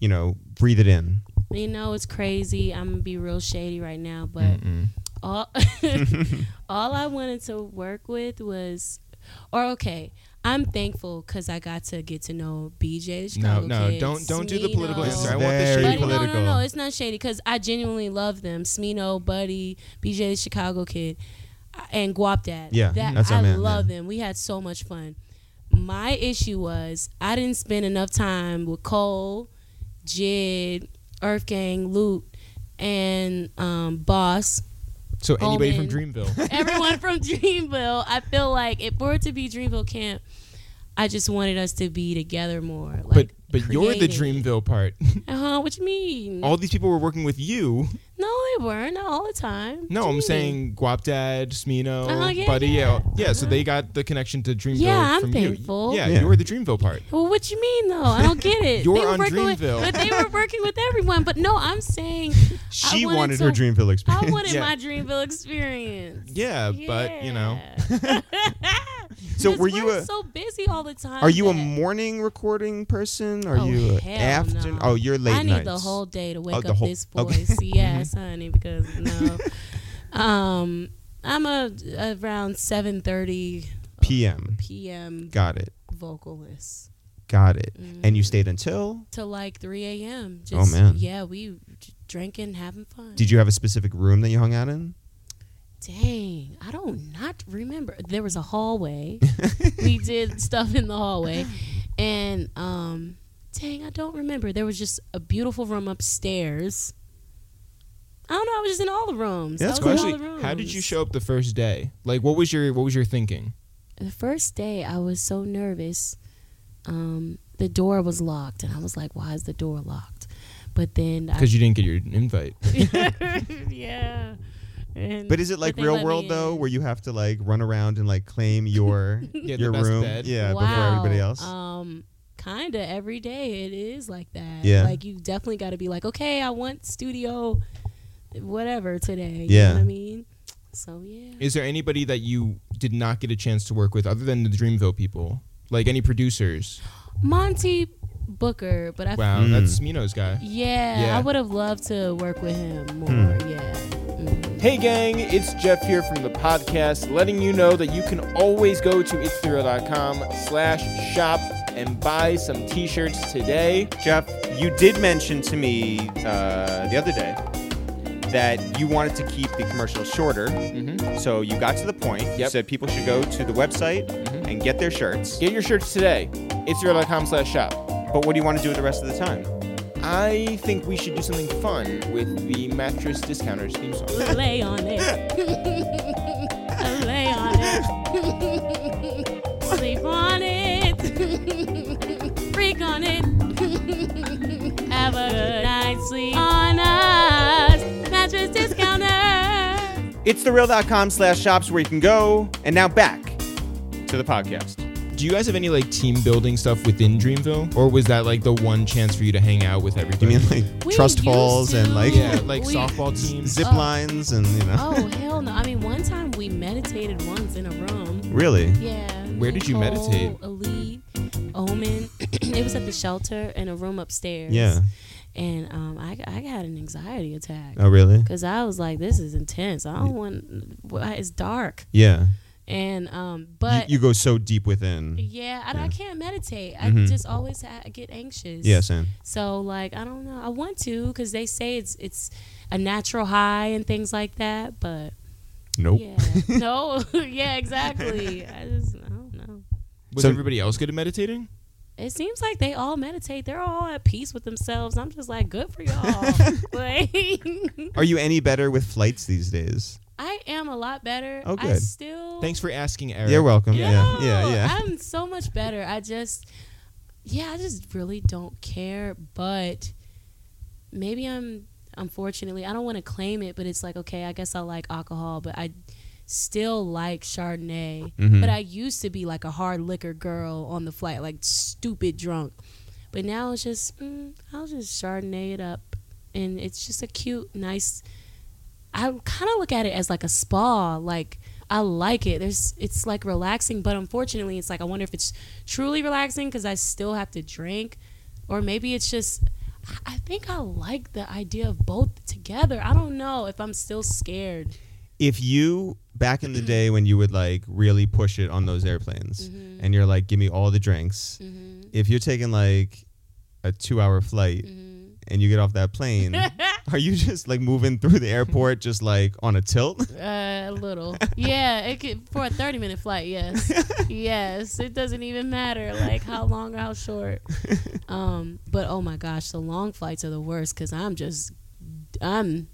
C: you know, breathe it in?
D: you know it's crazy. I'm gonna be real shady right now, but all all I wanted to work with was, or okay. I'm thankful because I got to get to know BJ. The
E: no,
D: Chicago
E: no,
D: Kid,
E: don't don't do the political
D: Smino.
E: answer. I
C: It's
E: want the
C: very
E: shady
D: Buddy,
E: political.
D: no, no, no, it's not shady because I genuinely love them. Smino, Buddy, BJ, the Chicago Kid, and Guap Dad.
C: Yeah,
D: that,
C: that's
D: I
C: our man,
D: love
C: yeah.
D: them. We had so much fun. My issue was I didn't spend enough time with Cole, Jid, Earth Gang, Loot, and um, Boss.
E: So anybody from
D: Omen.
E: Dreamville.
D: Everyone from Dreamville. I feel like it, for it to be Dreamville Camp, I just wanted us to be together more.
E: But
D: Like,
E: but you're the Oh.
D: creative.
E: Dreamville part.
D: Uh-huh, what you mean?
E: All these people were working with you.
D: No, they weren't not all the
E: No,
D: time. What do you
E: I'm
D: mean?
E: saying Guapdad, Smino,
D: Oh, yeah,
E: Buddy. Yeah,
D: yeah. Uh-huh.
E: yeah. So they got the connection to Dreamville.
D: Yeah, I'm
E: from
D: thankful.
E: You. Yeah,
C: Yeah.
E: you were the Dreamville part.
D: Well, what you mean though? I don't get it.
E: You're
D: they were
E: on
D: working
E: Dreamville.
D: With, but they were working with everyone. But no, I'm saying
C: She
D: I wanted,
C: wanted,
D: to-
C: her Dreamville experience.
D: I wanted
E: Yeah.
D: my Dreamville experience.
E: Yeah, but you know,
C: so
D: Because
C: were you
D: we're
C: a?
D: so busy all the time?
C: Are you a
D: that-
C: morning recording person? Are
D: Oh,
C: you a
D: hell
C: afternoon?
D: no.
C: Oh, you're late
D: I need
C: nights. Oh,
D: the whole day to wake
C: the
D: up
C: whole-
D: this
C: okay. Mm-hmm.
D: voice. yes, honey, because no, um, I'm a around seven thirty.
C: PM.
D: p.m.
C: Got it.
D: vocalist
C: Got it. And you
D: Mm.
C: stayed until?
D: to like 3 a.m.
C: Oh,
D: Just,
C: man.
D: Yeah, we j- drinking, having fun.
C: Did you have a specific room that you hung out in?
D: Dang, I don't not remember. There was a hallway. we did stuff in the hallway, and um, dang, I don't remember. There was just a beautiful room upstairs. I don't know. I was just in all the rooms.
C: Yeah, that's
D: I was
E: Actually,
D: in all the
E: how did you
D: rooms.
E: show up the first day? Like, what was your what was your thinking?
D: The first day, I was so nervous. Um, the door was locked, and I was like, "Why is the door locked?" But then, I,
E: Because you didn't get your invite.
D: yeah. And-
C: But is it like
D: they let
C: real
D: me
C: world though,
D: in.
C: where you have to like run around and like claim your
E: Yeah, the
C: your
E: best
C: room?
E: bed.
C: Yeah, before everybody
D: Wow.
C: else.
D: Um, kind of every day it is like that.
C: Yeah.
D: Like you definitely got to be like, okay, I want studio, whatever today. You
C: Yeah.
D: know what I mean. So yeah.
E: Is there anybody that you did not get a chance to work with other than the Dreamville people? Like any producers?
D: Monty Booker, but I.
E: Wow,
C: Mm.
E: that's Mino's guy.
D: Yeah,
E: Yeah.
D: I would have loved to work with
C: Hmm.
D: him more. Yeah. Mm.
B: Hey gang, it's Jeff here from the podcast, letting you know that you can always go to itsthereal.com slash shop and buy some t-shirts today.
A: Jeff, you did mention to me uh, the other day that you wanted to keep the commercials shorter. So you got to the point. You
B: Yep.
A: said people should go to the website
C: Mm-hmm.
A: and get their shirts.
B: Get your shirts today. Itsthereal.com slash shop.
A: But what do you want to do with the rest of the time?
B: I think we should do something fun with the Mattress Discounters theme song.
D: Lay on it. Lay on it. Sleep on it. Freak on it. Have a good night's sleep on us. Mattress discounter.
A: It's thereal.com slash shops where you can go. And now back to the podcast.
E: Do you guys have any like team building stuff within Dreamville? Or was that like the one chance for you to hang out with
C: you
E: everybody?
C: mean like
D: We
C: trust
D: used
C: falls
D: to-
C: and like
E: yeah, like
D: We-
E: softball teams?
C: zip
D: Oh.
C: lines and you know?
D: Oh, hell no. I mean, one time we meditated once in a room.
C: Really?
D: Yeah.
E: Where did you
D: Nicole,
E: meditate?
D: Elite, Omen. it was at the shelter in a room upstairs.
C: Yeah.
D: And um, I, I had an anxiety attack.
C: Oh really?
D: Cause I was like, this is intense. I don't want. why- It's dark,
C: Yeah.
D: and um,
C: You,
D: but
C: you go so deep within.
D: yeah, I, I can't meditate. I
C: Mhm.
D: just always ha- get anxious.
C: Yeah, Sam.
D: So like, I don't know. I want to, cause they say it's it's a natural high and things like that. But
C: Nope.
D: yeah, no, yeah, exactly. I just I don't know.
E: Was
C: So-
E: everybody else good at meditating?
D: It seems like they all meditate. They're all at peace with themselves. I'm just like, good for y'all. like.
C: Are you any better with flights these days?
D: I am a lot better.
C: Oh,
D: I
C: good.
D: still
E: Thanks for asking, Eric.
C: You're welcome. Yeah.
D: No,
C: Yeah. Yeah.
D: I'm so much better. I just, yeah, I just really don't care. But maybe I'm, unfortunately, I don't want to claim it, but it's like, okay, I guess I like alcohol, but I still like Chardonnay.
C: Mhm.
D: But I used to be like a hard liquor girl on the flight, like stupid drunk. But now it's just, mm, I'll just Chardonnay it up. And it's just a cute, nice. I kind of look at it as like a spa. Like, I like it. There's, it's like relaxing, but unfortunately, it's like I wonder if it's truly relaxing because I still have to drink, or maybe it's just. I- I think I like the idea of both together. I don't know if I'm still scared.
C: If you back in the day when you would like really push it on those airplanes
D: Mm-hmm.
C: and you're like, give me all the drinks. If you're taking like a two hour flight
D: Mm-hmm.
C: and you get off that plane, are you just like moving through the airport just like on a tilt?
D: Uh, a little, yeah. It could for a thirty-minute flight. Yes, yes. It doesn't even matter like how long or how short. Um, but oh my gosh, the long flights are the worst because I'm just, I'm,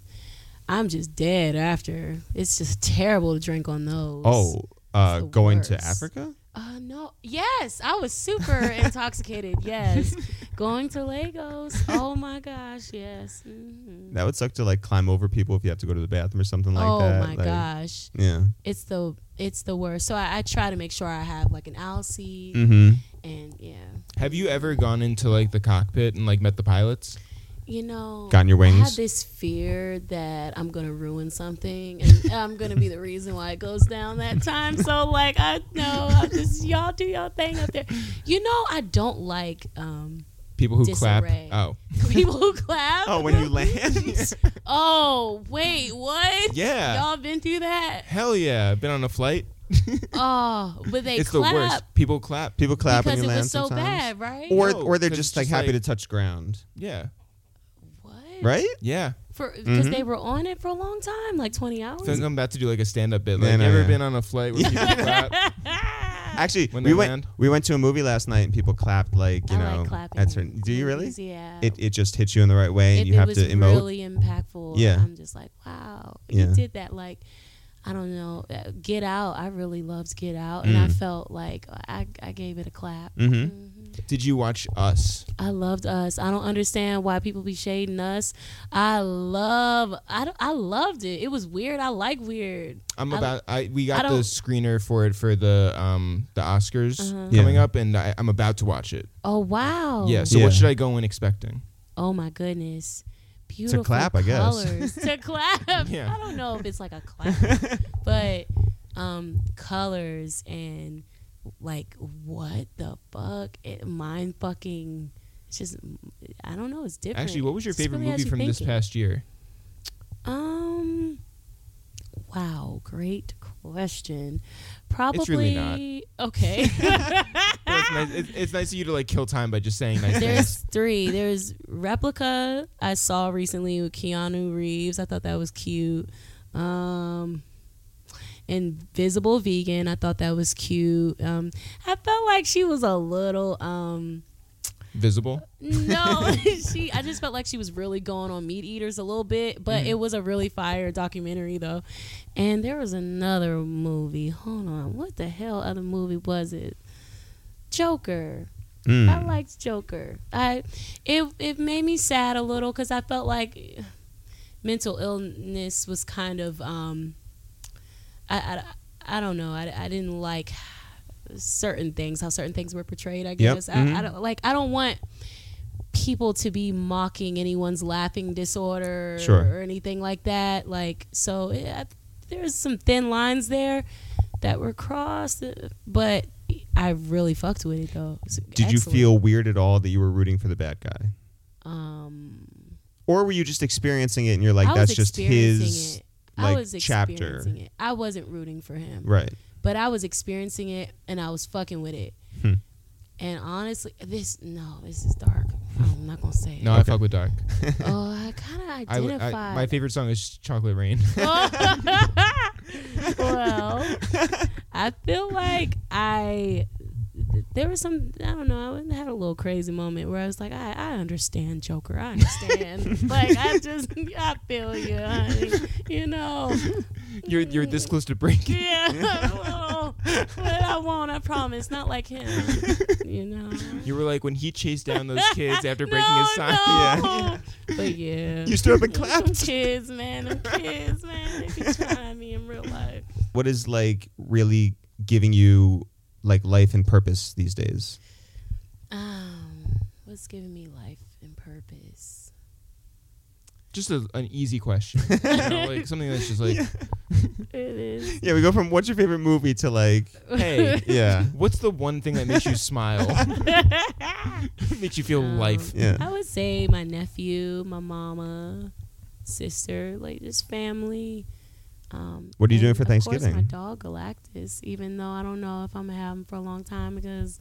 D: I'm just dead after. It's just terrible to drink on those.
C: Oh, uh,
D: the
C: going to
D: worst.
C: Africa?
D: Uh, no. Yes, I was super intoxicated. Yes, going to Lagos. Oh my gosh. Yes. hmm
C: That would suck to like climb over people if you have to go to the bathroom or something like
D: oh
C: that.
D: my
C: like,
D: gosh,
C: Yeah.
D: it's the it's the worst. So I, I try to make sure I have like an aisle seat
C: Mm-hmm.
D: and yeah,
E: Have you ever gone into like the cockpit and like met the pilots?
D: you know.
C: Gotten your
D: I
C: wings?
D: have this fear that I'm gonna ruin something, and I'm gonna be the reason why it goes down that time. So like, I know I just y'all do y'all thing up there. You know, I don't like um,
E: People who
D: Disarray.
E: clap. Oh,
D: people who clap.
C: Oh, when you land?
D: Oh, wait, what?
E: Yeah.
D: Y'all been through that?
E: hell yeah! Been on a flight.
D: Oh, but they
E: it's
D: clap
E: the worst. People clap.
C: People clap when
D: because it
C: you land
D: was so
C: sometimes.
D: bad, right?
C: Or
E: No,
C: or they're
E: 'cause
C: just
E: it's
C: like
E: just
C: happy to
E: like-
C: touch ground,
E: Yeah.
D: what?
C: right?
E: Yeah.
D: For because
C: Mm-hmm.
D: they were on it for a long time, like twenty hours.
E: I think I'm about to do like a stand up bit. Like,
C: No, no,
E: you ever
C: no.
E: been on a flight where people clap?
C: Actually,
E: When
C: we
E: they
C: went
E: land.
C: we went to a movie last night and people clapped like you
D: I
C: know
D: like clapping.
C: at certain. Do you really?
D: Yeah.
C: It it just hits you in the right way and
D: it,
C: you
D: it
C: have
D: was
C: to emote.
D: really impactful.
C: Yeah.
D: I'm just like, wow,
C: Yeah.
D: you did that. Like, I don't know, uh, Get Out. I really loved Get Out, and I
C: Mm.
D: felt like I, I gave it a clap.
C: Mm-hmm.
D: Mm-hmm.
E: Did you watch Us?
D: I loved us. I don't understand why people be shading us. I love. I, don't- I loved it. It was weird. I like weird.
E: I'm
D: I don't-
E: about. I we
D: I
E: got the
D: don't-
E: screener for it for the um the Oscars
C: Yeah.
E: coming up, and I, I'm about to watch it.
D: Uh-huh. Oh wow.
E: Yeah. So
C: Yeah.
E: what should I go in expecting?
D: Oh my goodness. Beautiful
C: clap, I guess.
D: colors. to clap.
E: Yeah.
D: I don't know if it's like a clap, but um, colors and like what the fuck? It mind fucking. It's just I don't know. It's different.
E: Actually, what was your
D: It just
E: favorite
D: really has
E: movie
D: you
E: from this
D: thinking.
E: past year?
D: Um. Wow, great question. Probably
E: It's really not.
D: okay.
E: Well, it's, nice, it's, it's nice of you to like kill time by just saying nice
D: Ah! There's
E: things.
D: three. There's replica I saw recently with Keanu Reeves. I thought that was cute. Um, Invisible Vegan. I thought that was cute. Um, I felt like she was a little. Um,
E: Visible.
D: no, she. I just felt like she was really going on meat eaters a little bit, but it was a really fire documentary though. And there was another movie. Hold on, what the hell other movie was it? Joker. I liked Joker. I it it made me sad a little because I felt like mental illness was kind of um I I, I don't know I, I didn't like certain things how certain things were portrayed I guess I, I don't like I don't want people to be mocking anyone's laughing disorder
C: Sure.
D: or anything like that like so it, I, there's some thin lines there that were crossed uh, but I really fucked with it though It's
C: Did you
D: excellent.
C: feel weird at all that you were rooting for the bad guy,
D: um
C: or were you just experiencing it and you're like,
D: I was
C: that's just
D: experiencing
C: his
D: it. I
C: like
D: was
C: chapter,
D: experiencing it. I wasn't rooting for him.
C: right?
D: But I was experiencing it and I was fucking with it.
C: Hmm.
D: And honestly, this no, this is dark. I'm not gonna say it.
E: No, I fuck with dark.
D: Oh, I kind of
E: I, I-
D: identify.
E: my favorite song is Chocolate Rain.
D: well, I feel like I th- there was some I don't know I had a little crazy moment where I was like I, I understand Joker I understand like I just I feel you honey. you know
E: you're you're this close to breaking.
D: yeah well, but I won't I promise not like him you know
E: You were like when he chased down those kids after breaking
D: no,
E: his sign.
D: no. but yeah
C: You stood up and
D: Them
C: clapped.
D: kids man them kids man they be trying me in real life
C: what is like really giving you like life and purpose these days?
D: Um, what's giving me life and purpose?
E: Just a, an easy question. you know, like something that's just like,
D: It is.
C: Yeah, we go from what's your favorite movie to like,
E: hey,
C: yeah,
E: what's the one thing that makes you smile? makes you feel
D: Um,
E: life.
C: yeah.
D: I would say my nephew, my mama, sister, like just family. Um,
C: What are you doing
D: and
C: for
D: of course
C: Thanksgiving?
D: my dog Galactus, even though I don't know if I'm gonna have him for a long time because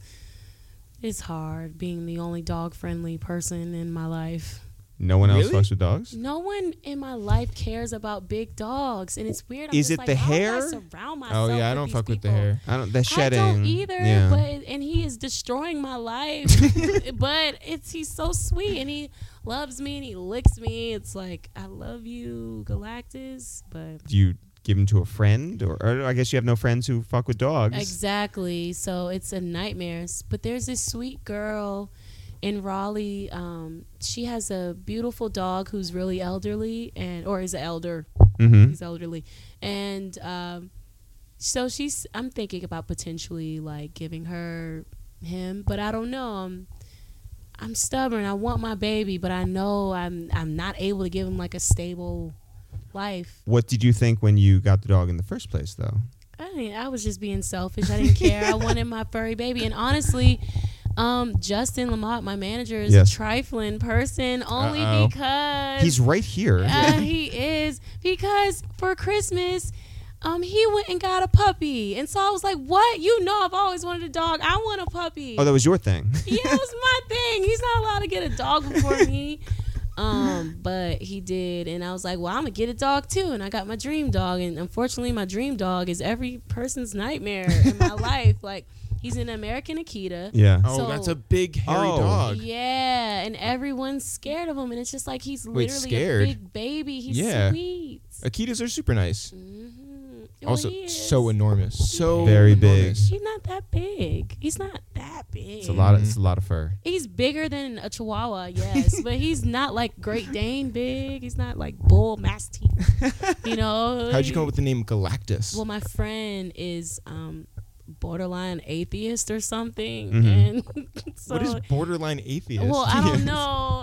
D: it's hard being the only dog friendly person in my life.
C: No one else
E: Really?
C: fucks with dogs.
D: No one in my life cares about big dogs, and it's weird. I'm
C: Is
D: just
C: it
D: like,
C: the
D: how did
C: hair?
D: I surround myself
E: Oh yeah, I
D: with
E: don't
D: these
E: fuck with the
D: people?
E: hair.
C: I don't. That shedding.
D: I don't either,
C: Yeah.
D: but and he is destroying my life. but it's he's so sweet and he loves me and he licks me. It's like I love you, Galactus. But
C: Do you give them to a friend, or, or I guess you have no friends who fuck with dogs.
D: exactly, so it's a nightmare. S- But there's this sweet girl in Raleigh. Um, she has a beautiful dog who's really elderly and or is an elder.
C: Mm-hmm.
D: He's elderly, and um, so she's. I'm thinking about potentially like giving her him, but I don't know. I'm, I'm stubborn. I want my baby, but I know I'm. I'm not able to give him like a stable life.
C: What did you think when you got the dog in the first place, though?
D: I mean, I was just being selfish. I didn't care. I wanted my furry baby, and honestly. Um, Justin Lamont, my manager, is
C: Yes.
D: a trifling person only
E: Uh-oh.
D: because
C: He's right here.
D: Uh, he is because for Christmas, um, he went and got a puppy, and so I was like, "What? You know, I've always wanted a dog. I want a puppy."
C: Oh, that was your thing.
D: yeah, it was my thing. He's not allowed to get a dog before me. Um, but he did, and I was like, "Well, I'm gonna get a dog too." And I got my dream dog, and unfortunately, my dream dog is every person's nightmare in my life. Like, he's an American Akita.
C: yeah.
E: Oh,
D: So-
E: that's a big hairy
C: Oh.
E: dog.
D: Yeah, and everyone's scared of him, and it's just like he's
E: Wait,
D: literally
E: scared?
D: a big baby. He's
E: Yeah.
D: sweet.
E: Akitas are super nice.
D: Mhm. Well,
E: Also,
D: he is.
E: so enormous. So
C: Very
E: enormous.
D: He's not that big. He's not that big.
C: It's a lot. Of,
E: Mm-hmm.
C: it's a lot of fur.
D: He's bigger than a Chihuahua, yes, but he's not like Great Dane big. He's not like bull mastiff. You know.
E: How'd you come up with the name Galactus?
D: Well, my friend is um, borderline atheist or something, and so
E: Mm-hmm. what is borderline atheist?
D: well, I don't know.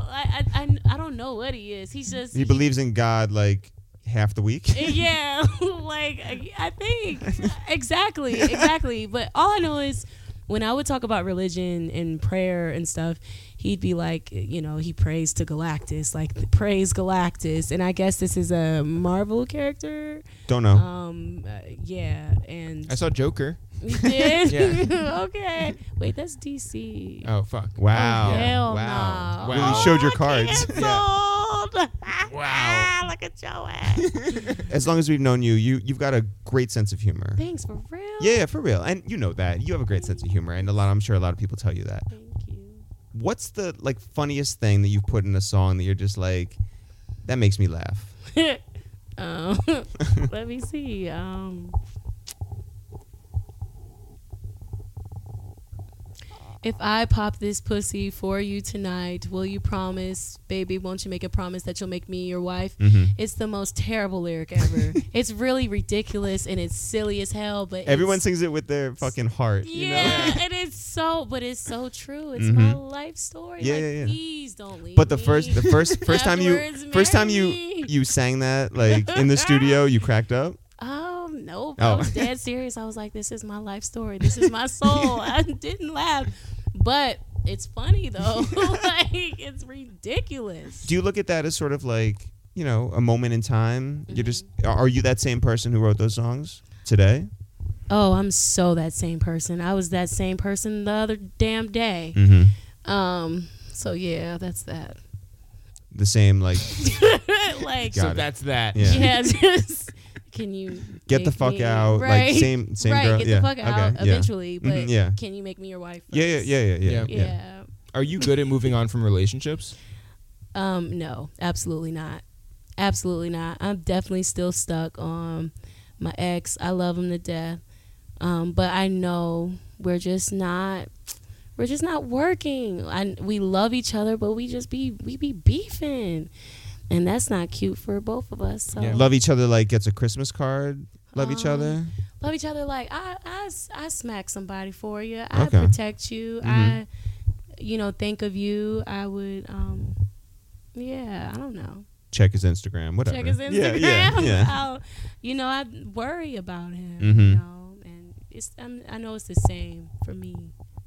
D: I, I I I don't know what he is. He's just
C: He believes in God like half the week.
D: yeah, like I- I think exactly, exactly. But all I know is when I would talk about religion and prayer and stuff, he'd be like, you know, he prays to Galactus, like praise Galactus, and I guess this is a Marvel character.
C: Don't know.
D: Um, uh, yeah, and
E: I saw Joker.
D: we did.
E: Yeah.
D: okay, wait, that's DC.
E: Oh fuck.
C: wow.
D: Hell
E: Wow.
D: no.
E: Wow. Really
C: showed your cards.
D: wow. Ah, Look at your ass.
C: As long as we've known you, you you've got a great sense of humor.
D: Thanks for real.
C: Yeah, yeah, for real. And you know that. You have a great sense of humor, and a lot. I'm sure a lot of people tell you that.
D: Thank you.
C: What's the like funniest thing that you've put in a song that you're just like, that makes me laugh?
D: um, let me see. Um, if I pop this pussy for you tonight, will you promise, baby? Won't you make a promise that you'll make me your wife?
C: Mm-hmm.
D: It's the most terrible lyric ever. it's really ridiculous and it's silly as hell. But it's-
C: Everyone sings it with their fucking heart. You know? Mm-hmm.
D: Yeah, and it's so, but it's so true. It's my life story.
C: Yeah,
D: like,
C: yeah, yeah.
D: Please don't leave.
C: But the first,
D: me.
C: the first, first time you,
D: Afterwards,
C: first time
D: marry
C: you,
D: me.
C: you sang that like in the studio, you cracked up.
D: Um, nope.
C: Oh.
D: I was dead serious. I was like, this is my life story. This is my soul. I didn't laugh, but it's funny though. like it's ridiculous.
C: Do you look at that as sort of like you know a moment in time? You're just, are you that same person who wrote those songs today?
D: Oh, I'm so that same person. I was that same person the other damn day.
C: Mm-hmm.
D: Um, so yeah, that's that.
C: The same like,
D: like,
C: Got
E: so
C: it.
E: that's that.
C: yeah.
D: yeah, just can you
C: Get the
D: make
C: fuck
D: me-
C: out, like,
D: Right.
C: same- same
D: right,
C: girl-
D: Get
C: yeah,
D: the fuck out
C: okay, yeah.
D: eventually, but
C: Mhm, yeah.
D: can you make me your wife?
C: yeah, yeah,
D: first?
C: yeah, yeah, yeah,
E: Yeah.
C: yeah.
D: yeah.
E: Are you good at moving on from relationships?
D: Um, no, absolutely not. Absolutely not. I'm definitely still stuck on my ex. I love him to death. Um, but I know we're just not we're just not working. I, we love each other, but we just be we be beefing. And that's not cute for both of us. So
E: Yeah.
C: Love each other like gets a Christmas card. Love each
D: Um,
C: other.
D: love each other like I, I s- I smack somebody for you. I
C: Okay.
D: protect you. I you know, think of you. I would um yeah, I don't know.
C: Check his Instagram. Whatever.
D: check his Instagram.
C: Yeah, yeah, yeah.
D: I'll- you know, I worry about him.
C: Mhm.
D: You know, and it's I'm, I know it's the same for me.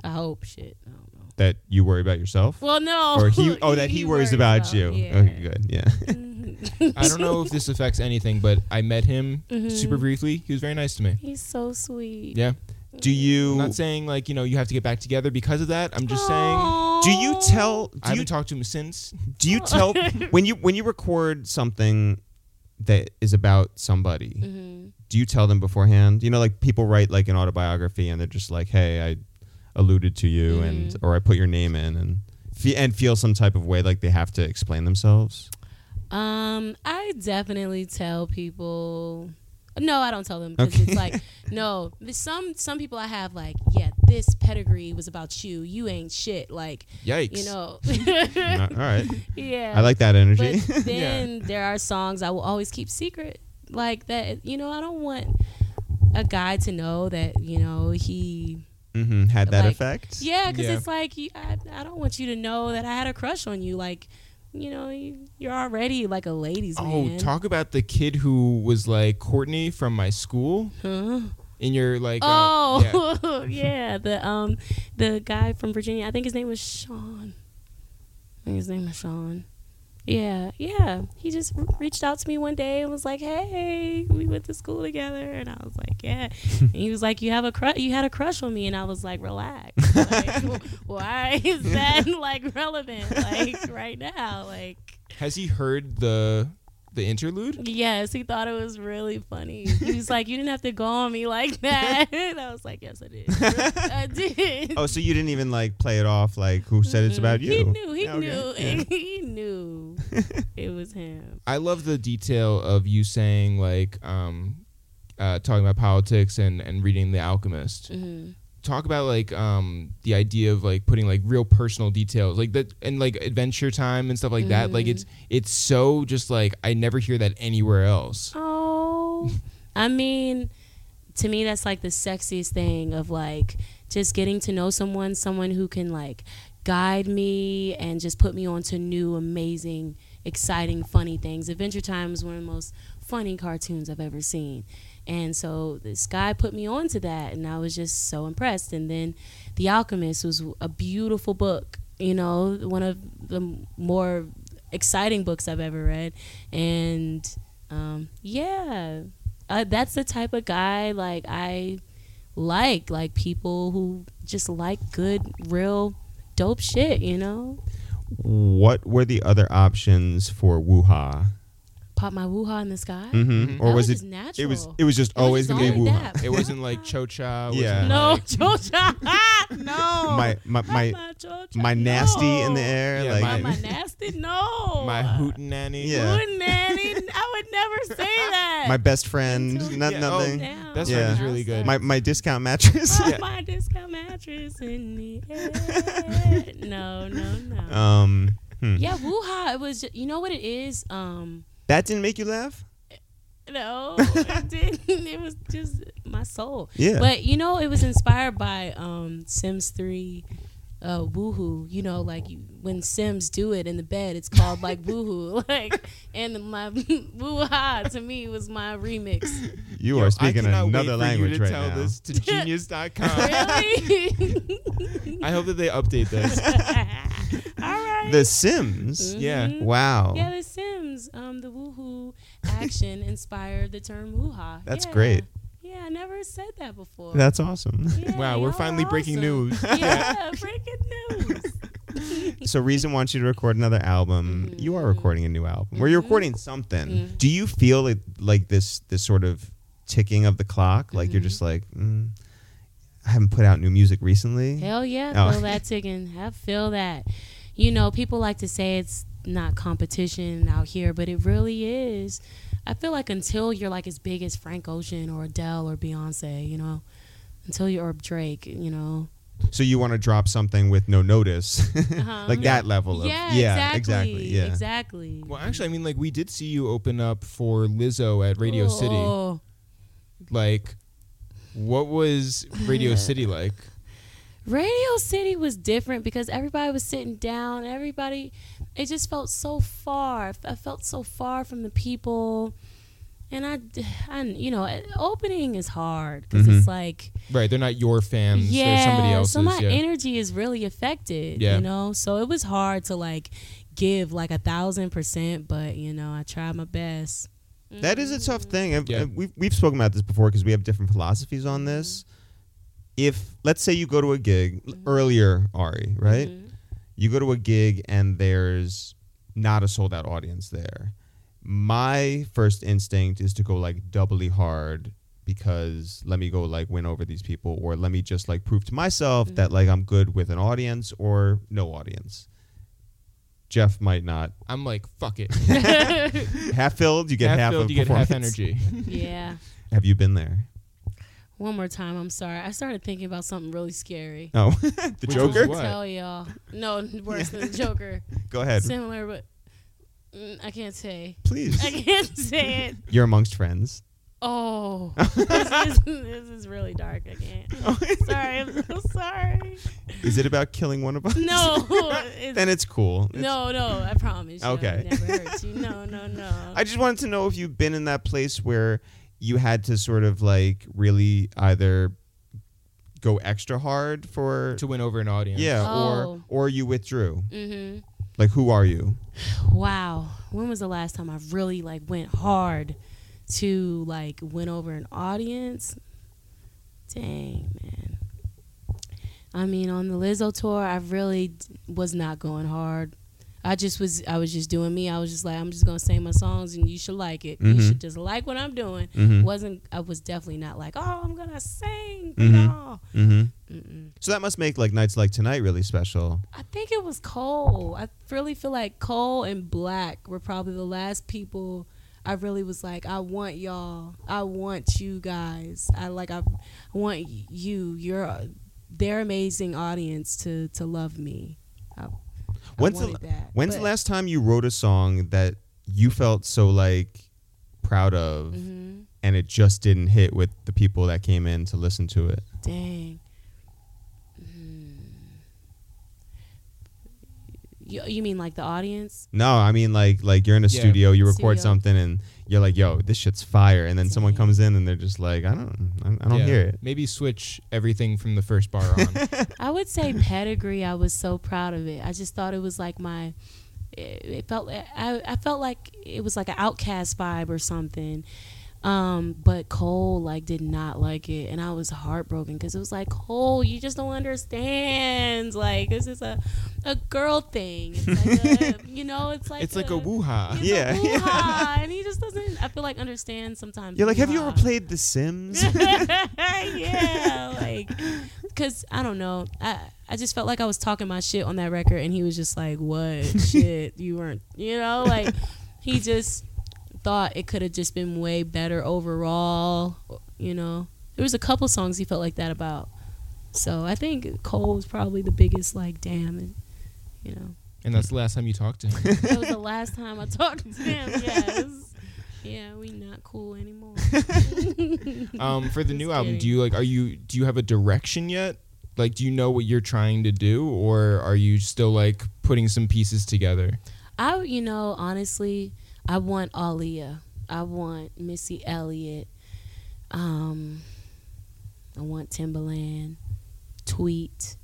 D: I hope shit. I don't know.
C: That you worry about yourself.
D: Well, no.
C: or he? Oh, that he, worries, about, you.
D: Yeah.
C: Okay, good. Yeah.
D: Mhm.
E: I don't know if this affects anything, but I met him
D: Mhm.
E: super briefly. He was very nice to me.
D: He's so sweet.
E: Yeah.
C: Do
E: I'm
C: you
E: not saying like, you know, you have to get back together because of that. I'm just saying
D: Aw.
C: do you tell
E: I
C: do you
E: haven't talked to him since.
C: do you tell when you when you record something that is about somebody?
D: Mhm.
C: do you tell them beforehand? You know, like people write like an autobiography and they're just like, "Hey, I alluded to you," and
D: Mm-hmm.
C: or I put your name in and fe- and feel some type of way like they have to explain themselves.
D: Um, I definitely tell people. No, I don't tell them because it's like no. there's Some some people I have like yeah, this pedigree was about you. You ain't shit. Like
E: Yikes.
D: you know.
C: All right,
D: yeah.
C: I like that energy.
D: But then there are songs I will always keep secret. Like that, you know, I don't want a guy to know that, you know, he.
C: hmm Had that
D: like-
C: effect?
D: Yeah, because
E: Yeah.
D: it's like, you, I, I don't want you to know that I had a crush on you. Like, you know, you, you're already like a ladies'
E: Oh,
D: man.
E: talk about the kid who was like Courtney from my school.
D: Huh?
E: And you're like, uh, yeah.
D: Oh, yeah. The um, the guy from Virginia, I think his name was Sean. I think his name was Sean. Yeah, yeah. He just r- reached out to me one day and was like, "Hey, we went to school together," and I was like, "Yeah." and he was like, "You have a cru- you had a crush on me," and I was like, "Relax. Like, wh- why is that like relevant like right now? Like,
E: Has he heard the the interlude?
D: yes." He thought it was really funny. He was like, "You didn't have to go on me like that." and I was like, "Yes, I did. I did."
C: Oh, so you didn't even like play it off like who said it's about you?
D: Mm-hmm. He knew. He
C: Yeah,
D: knew.
C: okay. Yeah.
D: he knew it was him.
E: I love the detail of you saying like um, uh, talking about politics and and reading The Alchemist. Talk about like um, the idea of like putting like real personal details like that and like Adventure Time and stuff like that. Like it's it's so just like I never hear that anywhere else.
D: Oh, I mean, to me, that's like the sexiest thing of like just getting to know someone, someone who can like guide me and just put me onto new, amazing, exciting, funny things. Adventure Time is one of the most funny cartoons I've ever seen. And so this guy put me onto that, and I was just so impressed. And then The Alchemist was a beautiful book, you know, one of the more exciting books I've ever read. And um, yeah, uh, that's the type of guy like I like, like people who just like good, real, dope shit. You know,
C: What were the other options for Wuha?
D: pop my woo-ha in the sky.
C: Mm-hmm. Or was,
D: That was just
C: it? It
D: natural.
C: was. It was just
D: was
C: always
D: just
C: gonna be
D: always
C: Wuha.
D: that.
E: It wasn't like Cho Cha.
C: Yeah.
D: No, Jojo, no.
C: My my my
D: Pop Jojo,
C: my nasty
D: no.
C: in the air.
E: Yeah,
C: like
D: Pop my nasty, no.
E: My hootenanny.
C: Yeah.
D: Ooh, nanny, I would never say that.
C: my best friend.
D: Until-
C: Not,
E: Yeah, oh,
C: nothing.
D: Down
E: That's
C: Yeah.
E: is really good.
C: My my discount mattress.
D: Pop my discount mattress in the air. no, no, no.
E: Uh.
C: um. hmm.
D: Yeah, woo-ha. It was, ju- you know what it is? Um,
C: That didn't make you laugh.
D: no, it didn't. It was just my soul.
C: Yeah.
D: But, you know, it was inspired by um, Sims 3 uh, woohoo. You know, like you, when Sims do it in the bed, it's called like woohoo. Like, and my woo-ha to me was my remix.
C: You
E: Yo,
C: are speaking
E: I cannot
C: another
E: wait for
C: language
E: you to
C: right
E: tell
C: now.
E: This to genius.com.
D: Really?
E: I hope that they update this.
D: All right.
C: The Sims.
E: Yeah.
D: Mhm.
C: Wow.
D: Yeah, The Sims, um, the woohoo action inspired the term woo-ha.
C: That's
D: Yeah.
C: great.
D: Yeah, I never said that before.
C: That's awesome.
D: Yeah,
E: Wow,
D: y'all
E: we're
D: are
E: finally breaking
D: awesome.
E: news.
D: Yeah, breaking news.
C: so Reason wants you to record another album.
D: Mm-hmm.
C: You are recording a new album. Where you're recording something. Do you feel it, like this this sort of ticking of the clock? Like you're just like, mm, I haven't put out new music recently.
D: Hell Mm-hmm. yeah,
C: Oh.
D: feel that ticking. I feel that. You know, people like to say it's not competition out here, but it really is. I feel like until you're like as big as Frank Ocean or Adele or Beyonce, you know, until you're or Drake, you know,
C: So you want to drop something with no notice,
D: Uh-huh.
C: like that level of
D: yeah,
C: yeah,
D: exactly,
C: yeah.
D: exactly.
E: Well, actually, I mean, like we did see you open up for Lizzo at Radio City.
D: Oh,
E: Like, what was Radio City like?
D: Radio City was different because everybody was sitting down. Everybody, it just felt so far. I felt so far from the people, and I, and you know, eh, opening is hard because it's
E: Mm-hmm.
D: like,
E: Right, they're not your fans. they're
D: yeah,
E: somebody else's.
D: so my
E: yeah.
D: energy is really affected.
E: Yeah.
D: you know, so it was hard to like give like a thousand percent, but you know, I tried my best.
C: That is a tough thing. I've-
E: Yeah.
C: I've- We've, we've spoken about this before because we have different philosophies
D: Mm-hmm.
C: on this. If, let's say, you go to a gig
D: Mm-hmm.
C: l- earlier, Ari, right? You go to a gig and there's not a sold out audience there. My first instinct is to go like doubly hard because let me go like win over these people or let me just like prove to myself that like I'm good with an audience or no audience. Jeff might not.
E: I'm like, fuck it.
C: Half filled, you get half,
E: half filled,
C: of
E: you get half
C: performance.
E: energy.
D: yeah.
C: Have you been there?
D: One more time, I'm sorry. I started thinking about something really scary.
C: Oh, the
E: Which
C: Joker?
E: was what?
D: Tell y'all. No, worse than the Joker.
C: Go ahead.
D: Similar, but mm, I can't say. I
C: Please.
D: can't say it.
C: You're amongst friends.
D: Oh, this is, this is really dark. I
C: Oh,
D: can't. Sorry, I'm so sorry.
C: Is it about killing one of us?
D: No, it's,
C: then it's cool. It's-
D: no, no. I promise. You,
C: Okay.
D: It never hurt you. No, no, no.
C: I just wanted to know if you've been in that place where you had to sort of like really either go extra hard for
E: to win over an audience.
C: yeah,
D: Oh.
C: or or you withdrew.
D: mm-hmm.
C: Like, who are you?
D: Wow. When was the last time I really like went hard to like went over an audience? Dang, man. I mean, on the Lizzo tour, I really d- was not going hard. I just was I was just doing me. I was just like I'm just going to sing my songs and you should like it. You
C: Mhm.
D: should just like what I'm doing.
C: Mhm.
D: Wasn't I was definitely not like, "Oh, I'm going to sing."
C: Mhm.
D: No.
C: Mm-hmm.
D: Mm-mm.
C: So that must make like nights like tonight really special.
D: I think it was Cole. I really feel like Cole and Black were probably the last people I really was like, I want y'all. I want you guys. I like I want you. You're their amazing audience to to love me. I, I
C: When's the,
D: wanted that.
C: when's the
D: But-
C: last time you wrote a song that you felt so like proud of
D: Mhm.
C: and it just didn't hit with the people that came in to listen to it?
D: Dang. Mm. You, you mean like the audience?
C: No, I mean like like you're in a
E: Yeah.
C: studio, you record
D: Studio.
C: something and you're like, "Yo, this shit's fire." And then someone
D: Same.
C: comes in and they're just like, "I don't I, I don't
E: Yeah.
C: hear it."
E: Maybe switch everything from the first bar on.
D: I would say pedigree. I was so proud of it. I just thought it was like my. It, it felt. I, I felt like it was like an outcast vibe or something. Um, but Cole like did not like it, and I was heartbroken because it was like Cole, you just don't understand. Like this is a, a girl thing. It's like a, you know, it's like
E: it's like a woo-ha.
D: it's a
C: Yeah.
D: woo-ha, and he just doesn't. I feel like understand sometimes.
C: You're like, "Have you ever
D: woo-ha."
C: played The Sims?"
D: yeah, like, cause I don't know. I I just felt like I was talking my shit on that record, and he was just like, "What shit? You weren't, you know, like." He just thought it could have just been way better overall. You know, there was a couple songs he felt like that about. So I think Cole was probably the biggest like, damn, and you know,
E: And that's the last time you talked to him.
D: that was the last time I talked to him. Yes. Yeah, we not cool anymore.
E: Um, for the
D: Just
E: new album, do
D: kidding.
E: you like? Are you? Do you have a direction yet? Like, do you know what you're trying to do, or are you still like putting some pieces together?
D: I, you know, honestly, I want Aaliyah. I want Missy Elliott. Um, I want Timbaland. Tweet.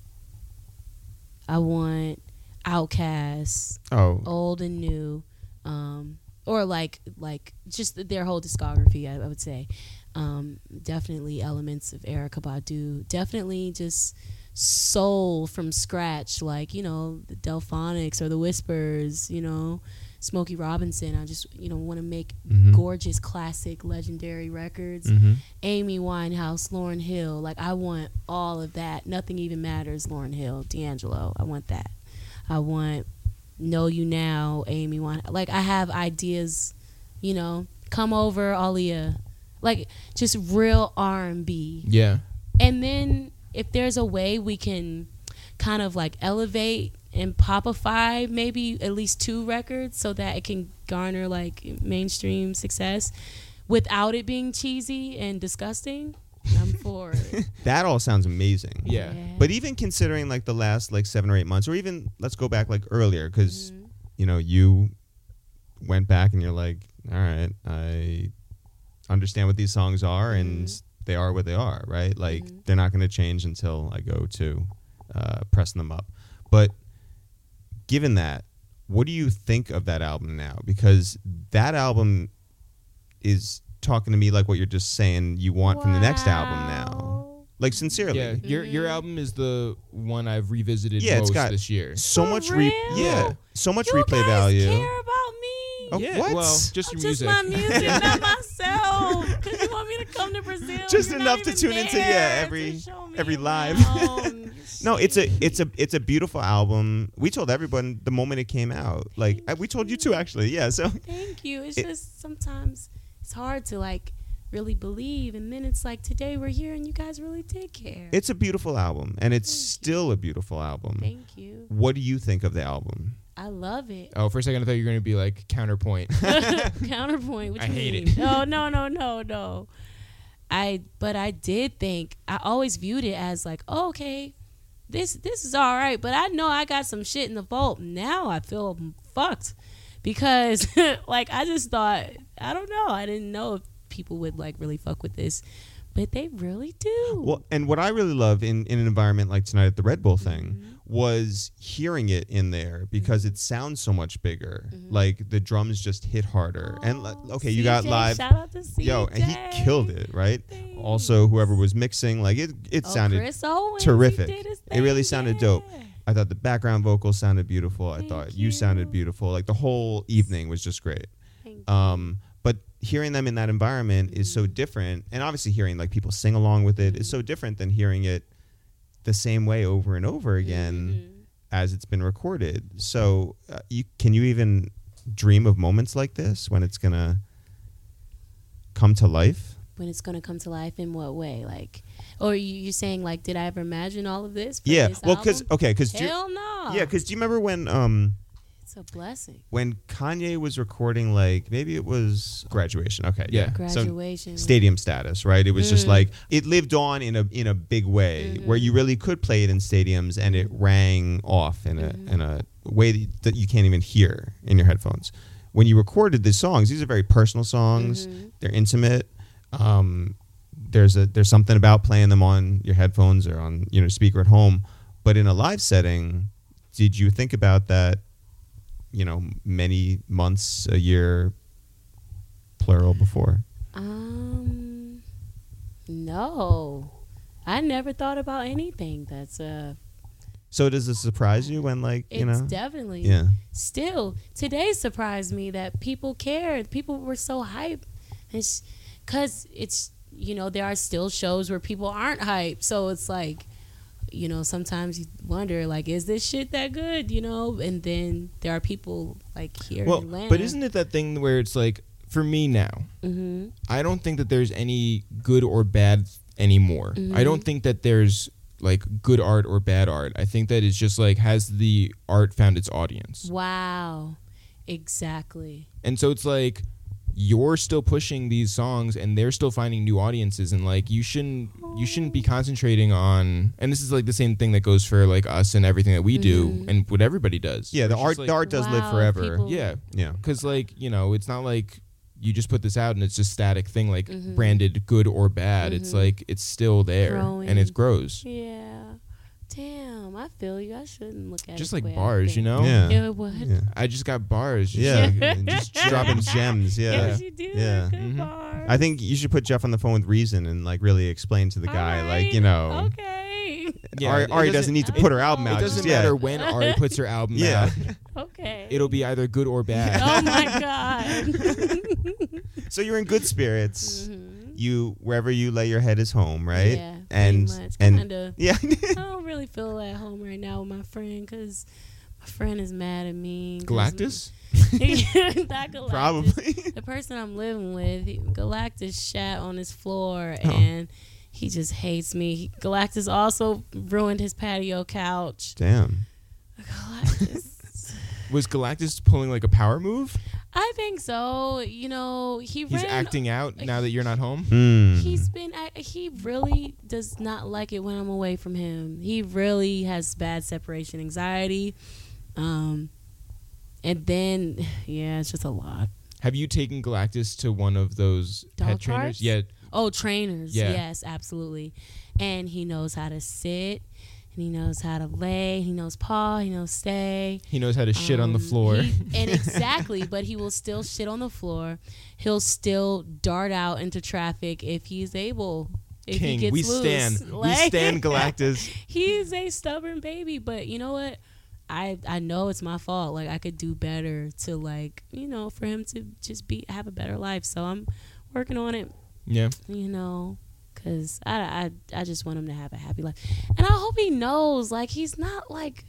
D: I want Outkast,
C: oh.
D: old and new, um, or like like just their whole discography. I, I would say, um, definitely elements of Erica Badu. Definitely just soul from scratch, like you know the Delphonics or the Whispers, you know Smokey Robinson. I just you know want to make
C: Mhm.
D: gorgeous, classic, legendary records.
C: Mhm.
D: Amy Winehouse, Lauren Hill. Like I want all of that. Nothing even matters. Lauren Hill, D'Angelo. I want that. I want Know You Now, Amy Wine. Like I have ideas. You know, come over, Aaliyah. Like just real R and B
E: Yeah.
D: and then if there's a way we can kind of like elevate and popify maybe at least two records so that it can garner like mainstream success without it being cheesy and disgusting i'm for it
C: That all sounds amazing.
E: Yeah.
C: But even considering like the last like seven or eight months, or even let's go back like earlier, because you know you went back and you're like, all right, I understand what these songs are, and they are what they are, right? Like they're not going to change until I go to uh, pressing them up. But given that, what do you think of that album now? Because that album is talking to me like what you're just saying you want from the next album now.
D: Wow.
C: Like sincerely.
E: Yeah. Your your album is the one I've revisited
C: Yeah, it's
E: most
C: got-
E: this year.
C: so
D: For
C: much
D: real?
C: yeah so much
D: you
C: replay
D: guys
C: value
D: care about me
C: Oh,
E: yeah.
C: what?
E: Well, just
D: I'm
E: your
D: just
E: music.
D: my music, not myself. Because you want me to come to Brazil.
C: Just
D: You're
C: enough
D: not
C: to
D: even
C: tune into, yeah,
D: there
C: every-
D: to show me
C: every live.
D: around.
C: no it's a it's a it's a beautiful album we told everyone the moment it came out like I- we told you too actually yeah so
D: Thank you. It's
C: It-
D: just sometimes it's hard to like really believe, and then it's like today we're here, and you guys really did care.
C: it's a beautiful album and it's
D: Thank you.
C: still a beautiful album
D: Thank you.
C: what do you think of the album
D: I love it.
E: Oh, for a second I thought you were gonna be like counterpoint.
D: Counterpoint. What
E: I
D: you
E: hate
D: mean?
E: it.
D: No, no, no, no, no. I but I did think I always viewed it as like oh, okay, this this is all right, but I know I got some shit in the vault. Now I feel fucked because like I just thought I don't know I didn't know if people would like really fuck with this, but they really do.
C: Well, and what I really love in, in an environment like tonight at the Red Bull thing
D: Mm-hmm.
C: was hearing it in there because it sounds so much bigger.
D: Mm-hmm.
C: Like the drums just hit harder. and like,
D: Oh,
C: okay, you got
D: CJ,
C: live.
D: Shout out to CJ.
C: Yo, and he killed it, right? Also, whoever was mixing, like it, it
D: Oh,
C: sounded
D: Chris Owens, he
C: terrific.
D: did his
C: it really
D: thing,
C: sounded
D: yeah.
C: dope. I thought the background vocals sounded beautiful. I
D: Thank
C: thought you.
D: you.
C: sounded beautiful. Like the whole evening was just great.
D: Thank Mm-hmm.
C: Um, but hearing them in that environment is so different, and obviously hearing like people sing along with it is so different than hearing it the same way over and over again as it's been recorded. So, uh, you can you even dream of moments like this when it's gonna come to life?
D: When it's gonna come to life in what way? Like, or you, you're saying like, did I ever imagine all of this? for
C: Yeah,
D: this
C: well, because
D: album?
C: okay, because
D: hell no.
C: yeah, because do you remember when um
D: it's a blessing.
C: when Kanye was recording, like maybe it was graduation. Okay,
B: Yeah.
C: yeah, So
D: Graduation.
C: stadium status, right? It was
D: Mm.
C: just like it lived on in a in a big way where
D: Mm-hmm.
C: you really could play it in stadiums, and it rang off in a
D: Mm-hmm.
C: in a way that you, that you can't even hear in your headphones. When you recorded these songs, these are very personal songs.
D: Mm-hmm.
C: They're intimate. Um, there's a there's something about playing them on your headphones or on you know speaker at home, but in a live setting, did you think about that you know many months a year plural before
D: Um, no, I never thought about anything. That's uh,
C: so does it surprise you when like
D: it's
C: you know
D: definitely
C: yeah
D: still today surprised me that people cared. People were so hype, it's because it's you know there are still shows where people aren't hype, so it's like you know sometimes you wonder like is this shit that good you know and then there are people like here
B: Well,
D: in Atlanta.
B: but isn't it that thing where it's like, for me now,
D: hmm
B: I don't think that there's any good or bad anymore. I don't think that there's like good art or bad art. I think that it's just like has the art found its audience.
D: wow exactly
B: And so it's like you're still pushing these songs and they're still finding new audiences and like you shouldn't you shouldn't be concentrating on and this is like the same thing that goes for like us and everything that we do
D: Mm-hmm.
B: and what everybody does.
C: yeah the
B: It's just
C: art
B: like-
C: the art does live
D: Wow,
C: forever
D: people-
B: Yeah.
C: yeah
B: Cuz like, you know, it's not like you just put this out and it's just static thing like
D: Mm-hmm.
B: branded good or bad. It's like it's still there and
D: Growing.
B: it grows.
D: yeah damn I feel you I shouldn't look at
B: Just
D: it the
B: like
D: way I
B: bars,
D: think.
B: you know?
C: yeah yeah,
D: Yeah, what?
B: I just got bars. Just
C: yeah.
B: like-
C: and just dropping gems yeah
D: Yes, you do.
C: Yeah.
D: Good
B: Mhm.
D: bars.
C: i think you should put jeff on the phone with reason and like really explain to the
D: All
C: guy like
D: right.
C: you know
D: Okay.
B: Yeah,
C: ari,
B: it
C: Ari doesn't,
B: doesn't-
C: need to
D: it-
C: put her album
D: it
C: out
B: It doesn't
C: just yet.
B: matter when Ari puts her album
C: yeah
B: out.
D: Okay.
B: It'll be either good or bad.
D: oh my god.
C: so you're in good spirits you wherever you lay your head is home right
D: Mm-hmm. Yeah, pretty
C: and
D: much,
C: and
D: kinda.
C: yeah
D: I don't really feel at home right now with my friend because my friend is mad at me. 'cause-
B: Galactus?
D: Not Galactus.
C: probably
D: The person I'm living with, he- Galactus shat on his floor and he just hates me. He- Galactus also ruined his patio couch.
C: damn
D: Galactus.
B: Was Galactus pulling like a power move?
D: I think so. You know, he
B: He's
D: ran
B: acting out now that you're not home?
C: Mm.
D: He's been. act- He really does not like it when I'm away from him. He really has bad separation anxiety, um, and then yeah, it's just a lot.
B: Have you taken Galactus to one of those
D: Dog
B: pet trainers?
D: parks?
B: Yeah.
D: Oh, trainers.
B: Yeah.
D: Yes, absolutely. And he knows how to sit, and he knows how to lay. He knows paw. He knows stay.
B: He knows how to shit on the
D: Um,
B: floor.
D: he- and exactly, but he will still shit on the floor. He'll still dart out into traffic if he's able. If he
B: King,
D: gets
B: we
D: loose.
B: stand. we
D: Like-
B: stand Galactus.
D: he's a stubborn baby but you know what i i know it's my fault like i could do better to like you know for him to just be have a better life so i'm working on it
B: yeah.
D: you know because I, I i just want him to have a happy life and i hope he knows like he's not like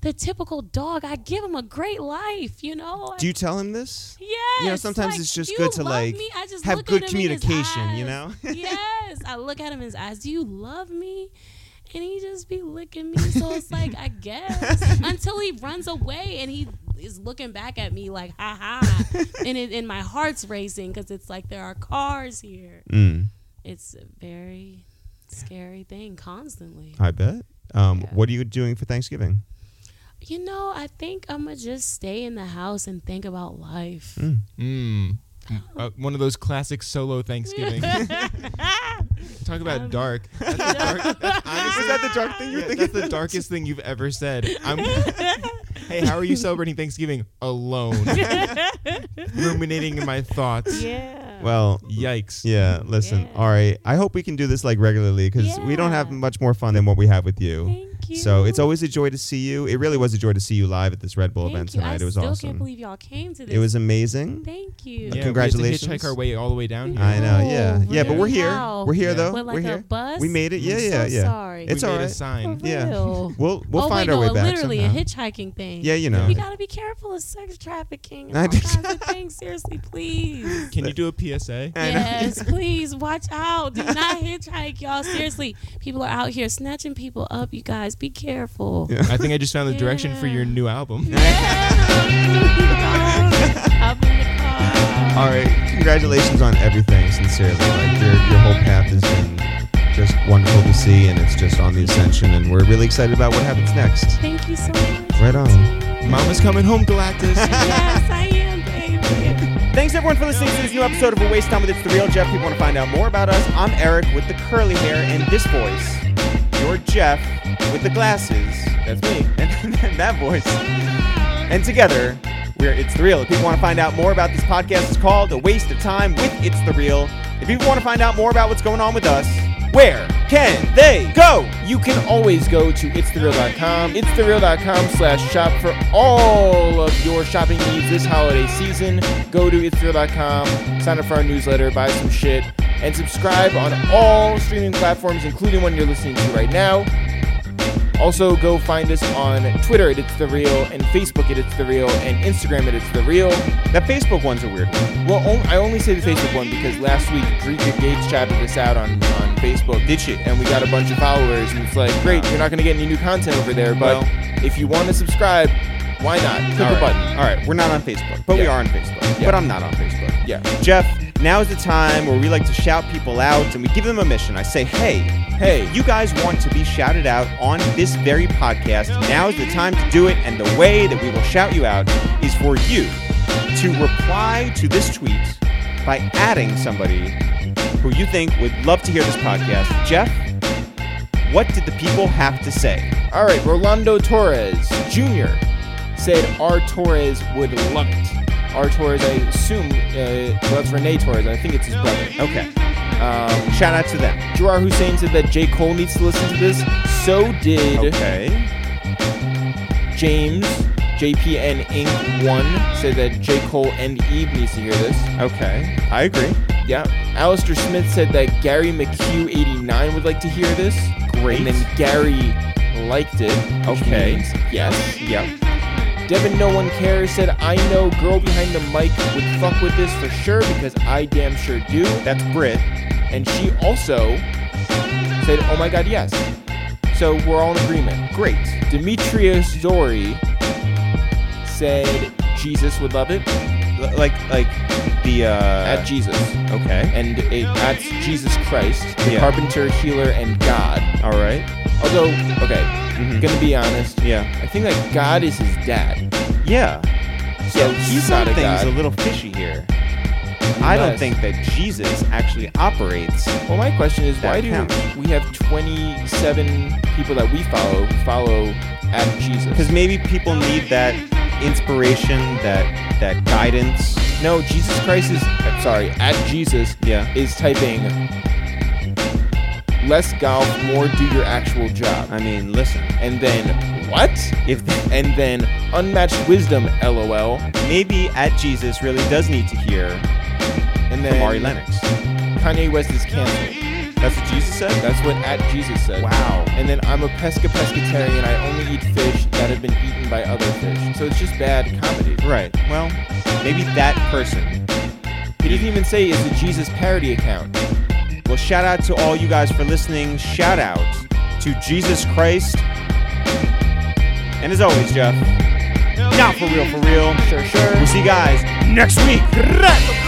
D: the typical dog i give him a great life you know Like,
C: do you tell him this
D: Yes.
C: You know, sometimes
D: like,
C: it's just
D: "You
C: good to,
D: love
C: like,
D: me?" I just
C: have
D: look
C: good
D: at him in his
C: communication, you
D: eyes.
C: know?
D: yes, I look at him in his eyes. Do you love me? And he just be looking me. So it's like I guess until he runs away and he is looking back at me like ha ha, and it, and my heart's racing because it's like there are cars here.
C: Mm.
D: It's a very scary thing constantly.
C: I bet. Um,
D: Yeah.
C: What are you doing for Thanksgiving?
D: You know, I think I'm gonna just stay in the house and think about life.
B: Mm. Uh, one of those classic solo Thanksgiving. Talk
E: Talk
D: Um,
E: about dark.
C: Honestly, is that the dark thing you're
E: Yeah,
C: thinking?
E: that's the darkest thing you've ever said. I'm, hey, how are you celebrating Thanksgiving alone? Ruminating in my thoughts.
D: Uh,
G: Yeah.
C: Well,
E: Yikes.
D: Mm-hmm.
C: yeah. Listen,
G: Yeah.
C: all right. I hope we can do this like regularly because we don't have
G: Yeah.
C: much more fun than what we have with you.
G: Thank you.
C: So it's always a joy to see you. It really was a joy to see you live at this Red Bull
D: Thank
C: event
D: you.
C: tonight.
D: I
C: it was
D: still
C: awesome.
D: can't believe y'all came to this.
C: it was amazing.
D: Thank you.
E: Yeah,
C: Congratulations.
E: We had to hitchhike our way all the way down here.
C: I know.
G: No,
C: Yeah.
D: Oh,
C: Yeah, but we're
G: really?
C: here.
G: How?
C: We're here
E: Yeah.
C: though.
D: What, like
C: we're
D: a
C: here.
D: bus?
C: We made it. Yeah,
G: I'm
C: yeah,
G: so
C: yeah.
G: sorry.
C: It's
E: we
C: all
E: made a
C: right.
E: sign.
G: For
C: yeah.
G: real.
C: We'll we'll
D: oh,
C: find
D: wait,
C: our
D: no,
C: way
D: uh,
C: back.
D: Literally
C: somehow.
D: a hitchhiking thing.
C: Yeah, you know.
D: We gotta be careful of sex trafficking and
C: I
D: all
C: did-
D: kinds of things. Seriously, please.
E: Can you do a PSA?
C: I know.
D: Yes, please watch out. Do not hitchhike, y'all. Seriously, people are out here snatching people up. You guys, be careful.
C: Yeah.
E: I think I just found the direction for your new album.
D: Up in the car.
C: All right. Congratulations on everything, sincerely. Like your your whole path has been just wonderful to see and it's just on the ascension and we're really excited about what happens next.
D: Thank you so much.
C: Right on.
E: Mama's coming home, Galactus.
D: Yes, I am, baby.
A: Thanks everyone for listening to this new episode of A Waste Time with It's the Real Jeff. If you want to find out more about us, I'm Eric with the curly hair and this voice. You're Jeff with the glasses.
E: That's me.
A: and, and that voice. And together, we're It's The Real. If people want to find out more about this podcast, it's called A Waste of Time with It's The Real. If people want to find out more about what's going on with us, where can they go?
B: You can always go to itsthereal.com, itsthereal.com slash shop for all of your shopping needs this holiday season. Go to itsthereal.com, sign up for our newsletter, buy some shit, and subscribe on all streaming platforms, including one you're listening to right now. Also, go find us on Twitter at It's The Real, and Facebook at It's The Real, and Instagram at It's The Real.
A: That Facebook one's a weird one.
B: Well, on- I only say the Facebook one because last week, Drika Gates shouted us out on, on Facebook
A: Did she?
B: and we got a bunch of followers and it's like great you're not going to get any new content over there but
A: Well-
B: if you want to subscribe why not click
A: All
B: the
A: right.
B: button
A: All right, we're not on Facebook, but we
B: Yeah.
A: are on Facebook.
B: Yeah.
A: But I'm not on Facebook.
B: yeah
A: Jeff, now is the time where we like to shout people out and we give them a mission. I say, hey, hey, you guys want to be shouted out on this very podcast. Now is the time to do it. And the way that we will shout you out is for you to reply to this tweet by adding somebody who you think would love to hear this podcast. Jeff, what did the people have to say?
B: all right rolando torres jr said r torres would love it r torres i assume uh, well, that's renee torres i think it's his brother
A: Okay.
B: um,
A: Shout out to them.
B: Gerard Hussein said that J. Cole needs to listen to this. So did
A: Okay.
B: James. JPN Inc. 1 said that J. Cole and Eve needs to hear this.
A: Okay. I agree.
B: Yeah. Alistair Smith said that Gary McHugh 89 would like to hear this.
A: Great.
B: And then Gary liked it. which
A: Okay.
B: means Yes.
A: Yep.
B: Devin No One Cares said, I know girl behind the mic would fuck with this for sure because I damn sure do.
A: That's Brit.
B: And she also said, Oh my god, yes. So we're all in agreement.
A: Great.
B: Demetrius Dory said Jesus would love it.
A: L- like like the uh
B: At Jesus.
A: Okay.
B: and it, that's Jesus Christ, the
A: Yeah.
B: carpenter, healer, and God.
A: All right.
B: Although, okay,
A: Mm-hmm.
B: gonna be honest.
A: Yeah.
B: I think that God is his dad.
A: Yeah.
B: So he's
A: some
B: not a
A: things
B: god.
A: a little fishy here. I don't
B: Unless-
A: think that Jesus actually operates.
B: Well, my question is,
A: That
B: why do
A: counts.
B: we have 27 people that we follow who follow at
A: Because
B: Jesus?
A: maybe people need that inspiration, that that guidance.
B: No, Jesus Christ is. I'm sorry, at Jesus
A: Yeah.
B: is typing less golf, more do your actual job,
A: I mean, listen.
B: and then what?
A: Uh-huh. If
B: And then unmatched wisdom, lol.
A: maybe at Jesus really does need to hear
B: And then
A: from Ari Lennox.
B: Kanye West is canceled.
A: That's what Jesus said.
B: That's what at Jesus said.
A: Wow.
B: And then I'm a pesca pescatarian. I only eat fish that have been eaten by other fish. So it's just bad comedy.
A: Right. Well, maybe that person
B: He doesn't even say it's a Jesus parody account.
A: Well, shout out to all you guys for listening. Shout out to Jesus Christ. And as always, Jeff, not for real, for real.
B: Sure, sure.
A: We'll see you guys next week.